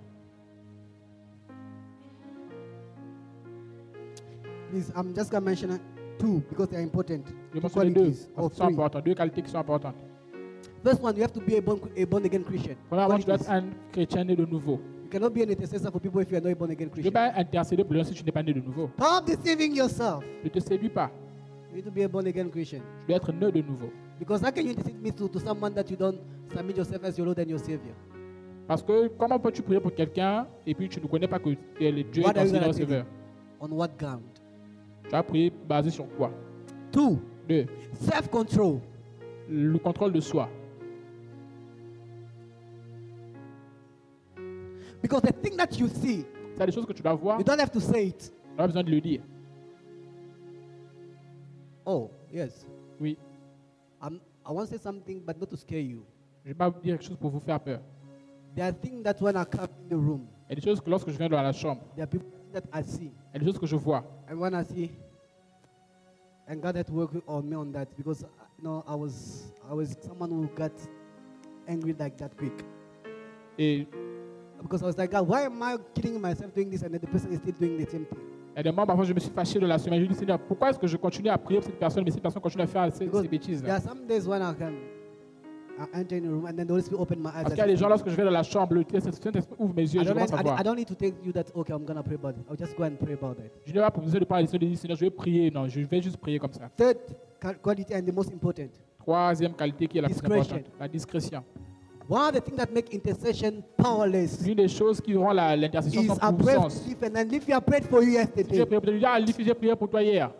A: Please, I'm just gonna mention uh, two because they are important. Two
B: Je mentionne les deux
A: qualities
B: parce
A: or
B: que sont
A: three.
B: importantes, deux qualités qui sont importantes.
A: First one, you have to be a born, a born again Christian.
B: Premièrement, tu dois être
A: Qualities.
B: un chrétien né de nouveau.
A: You cannot be an intercessor for people if you are not a born again
B: Tu ne peux
A: Christian.
B: pas intercéder pour les gens si tu n'es pas né de nouveau.
A: Stop deceiving yourself.
B: Ne te séduis pas.
A: You need to be a born again Christian.
B: Tu dois être né de nouveau.
A: Because how can you deceive me to, to someone that you don't submit yourself as your Lord and your Savior?
B: Parce que comment peux-tu prier pour quelqu'un et puis tu ne connais pas que tu es le Dieu et
A: What
B: ton
A: are you
B: Seigneur
A: gonna do?
B: receveur
A: On what ground?
B: Tu vas prier basé sur quoi
A: Two,
B: Deux,
A: self control.
B: le contrôle de soi.
A: Because the thing that you see,
B: C'est des choses que tu dois voir,
A: you
B: tu
A: don't have to say it.
B: n'as pas besoin de le dire.
A: Oh, yes.
B: Oui,
A: I'm, I want to say something, but not to scare you.
B: je ne vais pas vous dire quelque chose pour vous faire peur.
A: There are things that when I come in the room,
B: Il y a des choses que lorsque je viens dans la chambre,
A: there are people that I see.
B: il y a des choses que je vois.
A: And when I see, and God had to work on me on that because uh, you know I was I was someone who got angry like that quick
B: Et
A: because I was like, God, why am I killing myself doing this and then the person is still doing the same thing?
B: il y a des moments parfois je me suis fâché de la semaine. Je me dis Seigneur, pourquoi est-ce que je continue à prier pour cette personne mais cette personne continue à faire ces,
A: Because
B: bêtises
A: there are some days when I can I enter in a room and then the Holy Spirit open my eyes.
B: Parce
A: I
B: qu'il y a des
A: say,
B: gens lorsque je vais dans la chambre, le Saint-Esprit ouvre mes
A: I
B: yeux et je
A: don't,
B: commence
A: I,
B: à
A: don't- I
B: voir.
A: don't need to take you that okay, I'm gonna pray about it. I'll just go and pray about it.
B: Je n'ai pas besoin de parler de Dieu, Seigneur, je vais prier. Non, je vais juste prier comme ça.
A: Third ca- quality and the most important.
B: Troisième qualité qui est la plus
A: Discretion.
B: importante, la discrétion.
A: One of the things that make intercession powerless
B: L'une des choses qui rend la-
A: is
B: l'intercession
A: I
B: sans
A: prayed
B: puissance.
A: for Stephen, and if I prayed for you yesterday.
B: J'ai prié pour toi, ah, Lif, j'ai prié pour toi hier.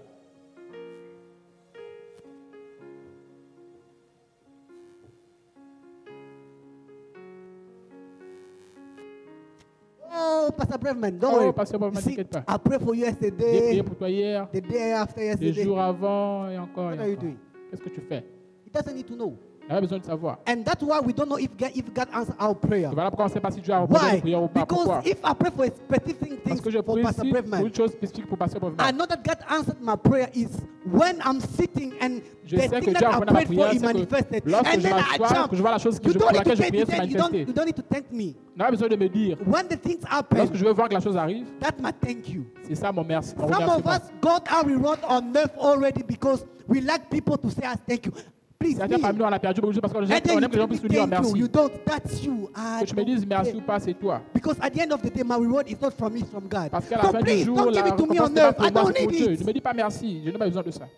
A: Pastor Brevman,
B: Oh,
A: don't
B: Pastor
A: worry.
B: Brevman,
A: You see,
B: t'inquiète pas.
A: I prayed for you
B: J'ai prié
A: yesterday,
B: pour toi hier,
A: the day after
B: des
A: yesterday.
B: jours avant et encore. et
A: What are you
B: encore.
A: doing?
B: Qu'est-ce que tu fais
A: He doesn't need to know.
B: Il avait besoin de savoir.
A: And that's why we don't know if God, if God answers our prayer.
B: Et voilà pourquoi on ne sait pas si Dieu a répondu à
A: Why?
B: nos prières ou pas. Pourquoi
A: Because if I pray for a specific thing
B: Parce que je
A: for
B: prie
A: Pastor
B: ici pour une
A: Brevman,
B: chose spécifique pour Pasteur Bovman.
A: I know that God answered my prayer is when I'm sitting and
B: Je
A: the
B: sais que
A: thing
B: Dieu
A: that
B: a
A: I
B: répondu à ma
A: prayed for,
B: prière,
A: He
B: c'est
A: manifested.
B: que lorsque
A: And
B: je
A: then I
B: m'assois,
A: jump.
B: que je vois la chose que
A: You
B: je,
A: don't
B: pour
A: need to
B: laquelle je
A: pay me
B: priais se
A: then, you don't,
B: manifester.
A: you don't need to thank me.
B: On a besoin de me dire,
A: When the things
B: lorsque
A: happen,
B: je veux voir que la chose arrive,
A: that's my thank you.
B: c'est ça mon merci. mon
A: Some of
B: remerciement.
A: us got our reward on earth already because we like people to say us thank you. Please, me.
B: Certains parmi nous, on a perdu beaucoup de choses parce qu'on
A: And
B: aime
A: then
B: on
A: you
B: aime que les gens
A: don't
B: puissent nous
A: thank
B: dire
A: you. You
B: merci.
A: don't. That's you. I
B: Que tu me
A: don't
B: dises merci
A: care.
B: ou pas, c'est toi.
A: Because at the end of the day, my reward is not from me, it's from God.
B: Parce qu'à la
A: So
B: fin
A: please,
B: du jour,
A: don't
B: la
A: give it to me
B: récompense
A: on
B: n'est pas
A: earth.
B: pour
A: I
B: moi,
A: don't
B: c'est pour
A: need
B: Dieu. Ne
A: it.
B: me dis pas merci, je n'ai pas besoin de ça.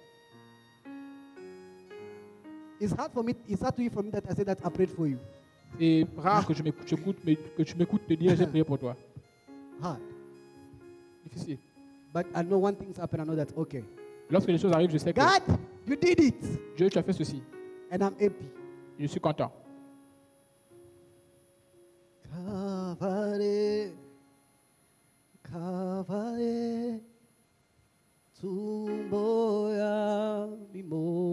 A: It's hard for me. It's hard to you for me that I say that I prayed for you.
B: C'est rare que je m'écoute, j'écoute, mais que tu m'écoutes te dire j'ai prié pour toi.
A: Hard.
B: Difficile.
A: But I know when things happen, I know that's okay.
B: Lorsque les choses arrivent, je sais que
A: God, you did it,
B: Dieu, tu as fait ceci.
A: and I'm happy.
B: Je suis content.
A: Cavare, cavare, tu moya, mi moya.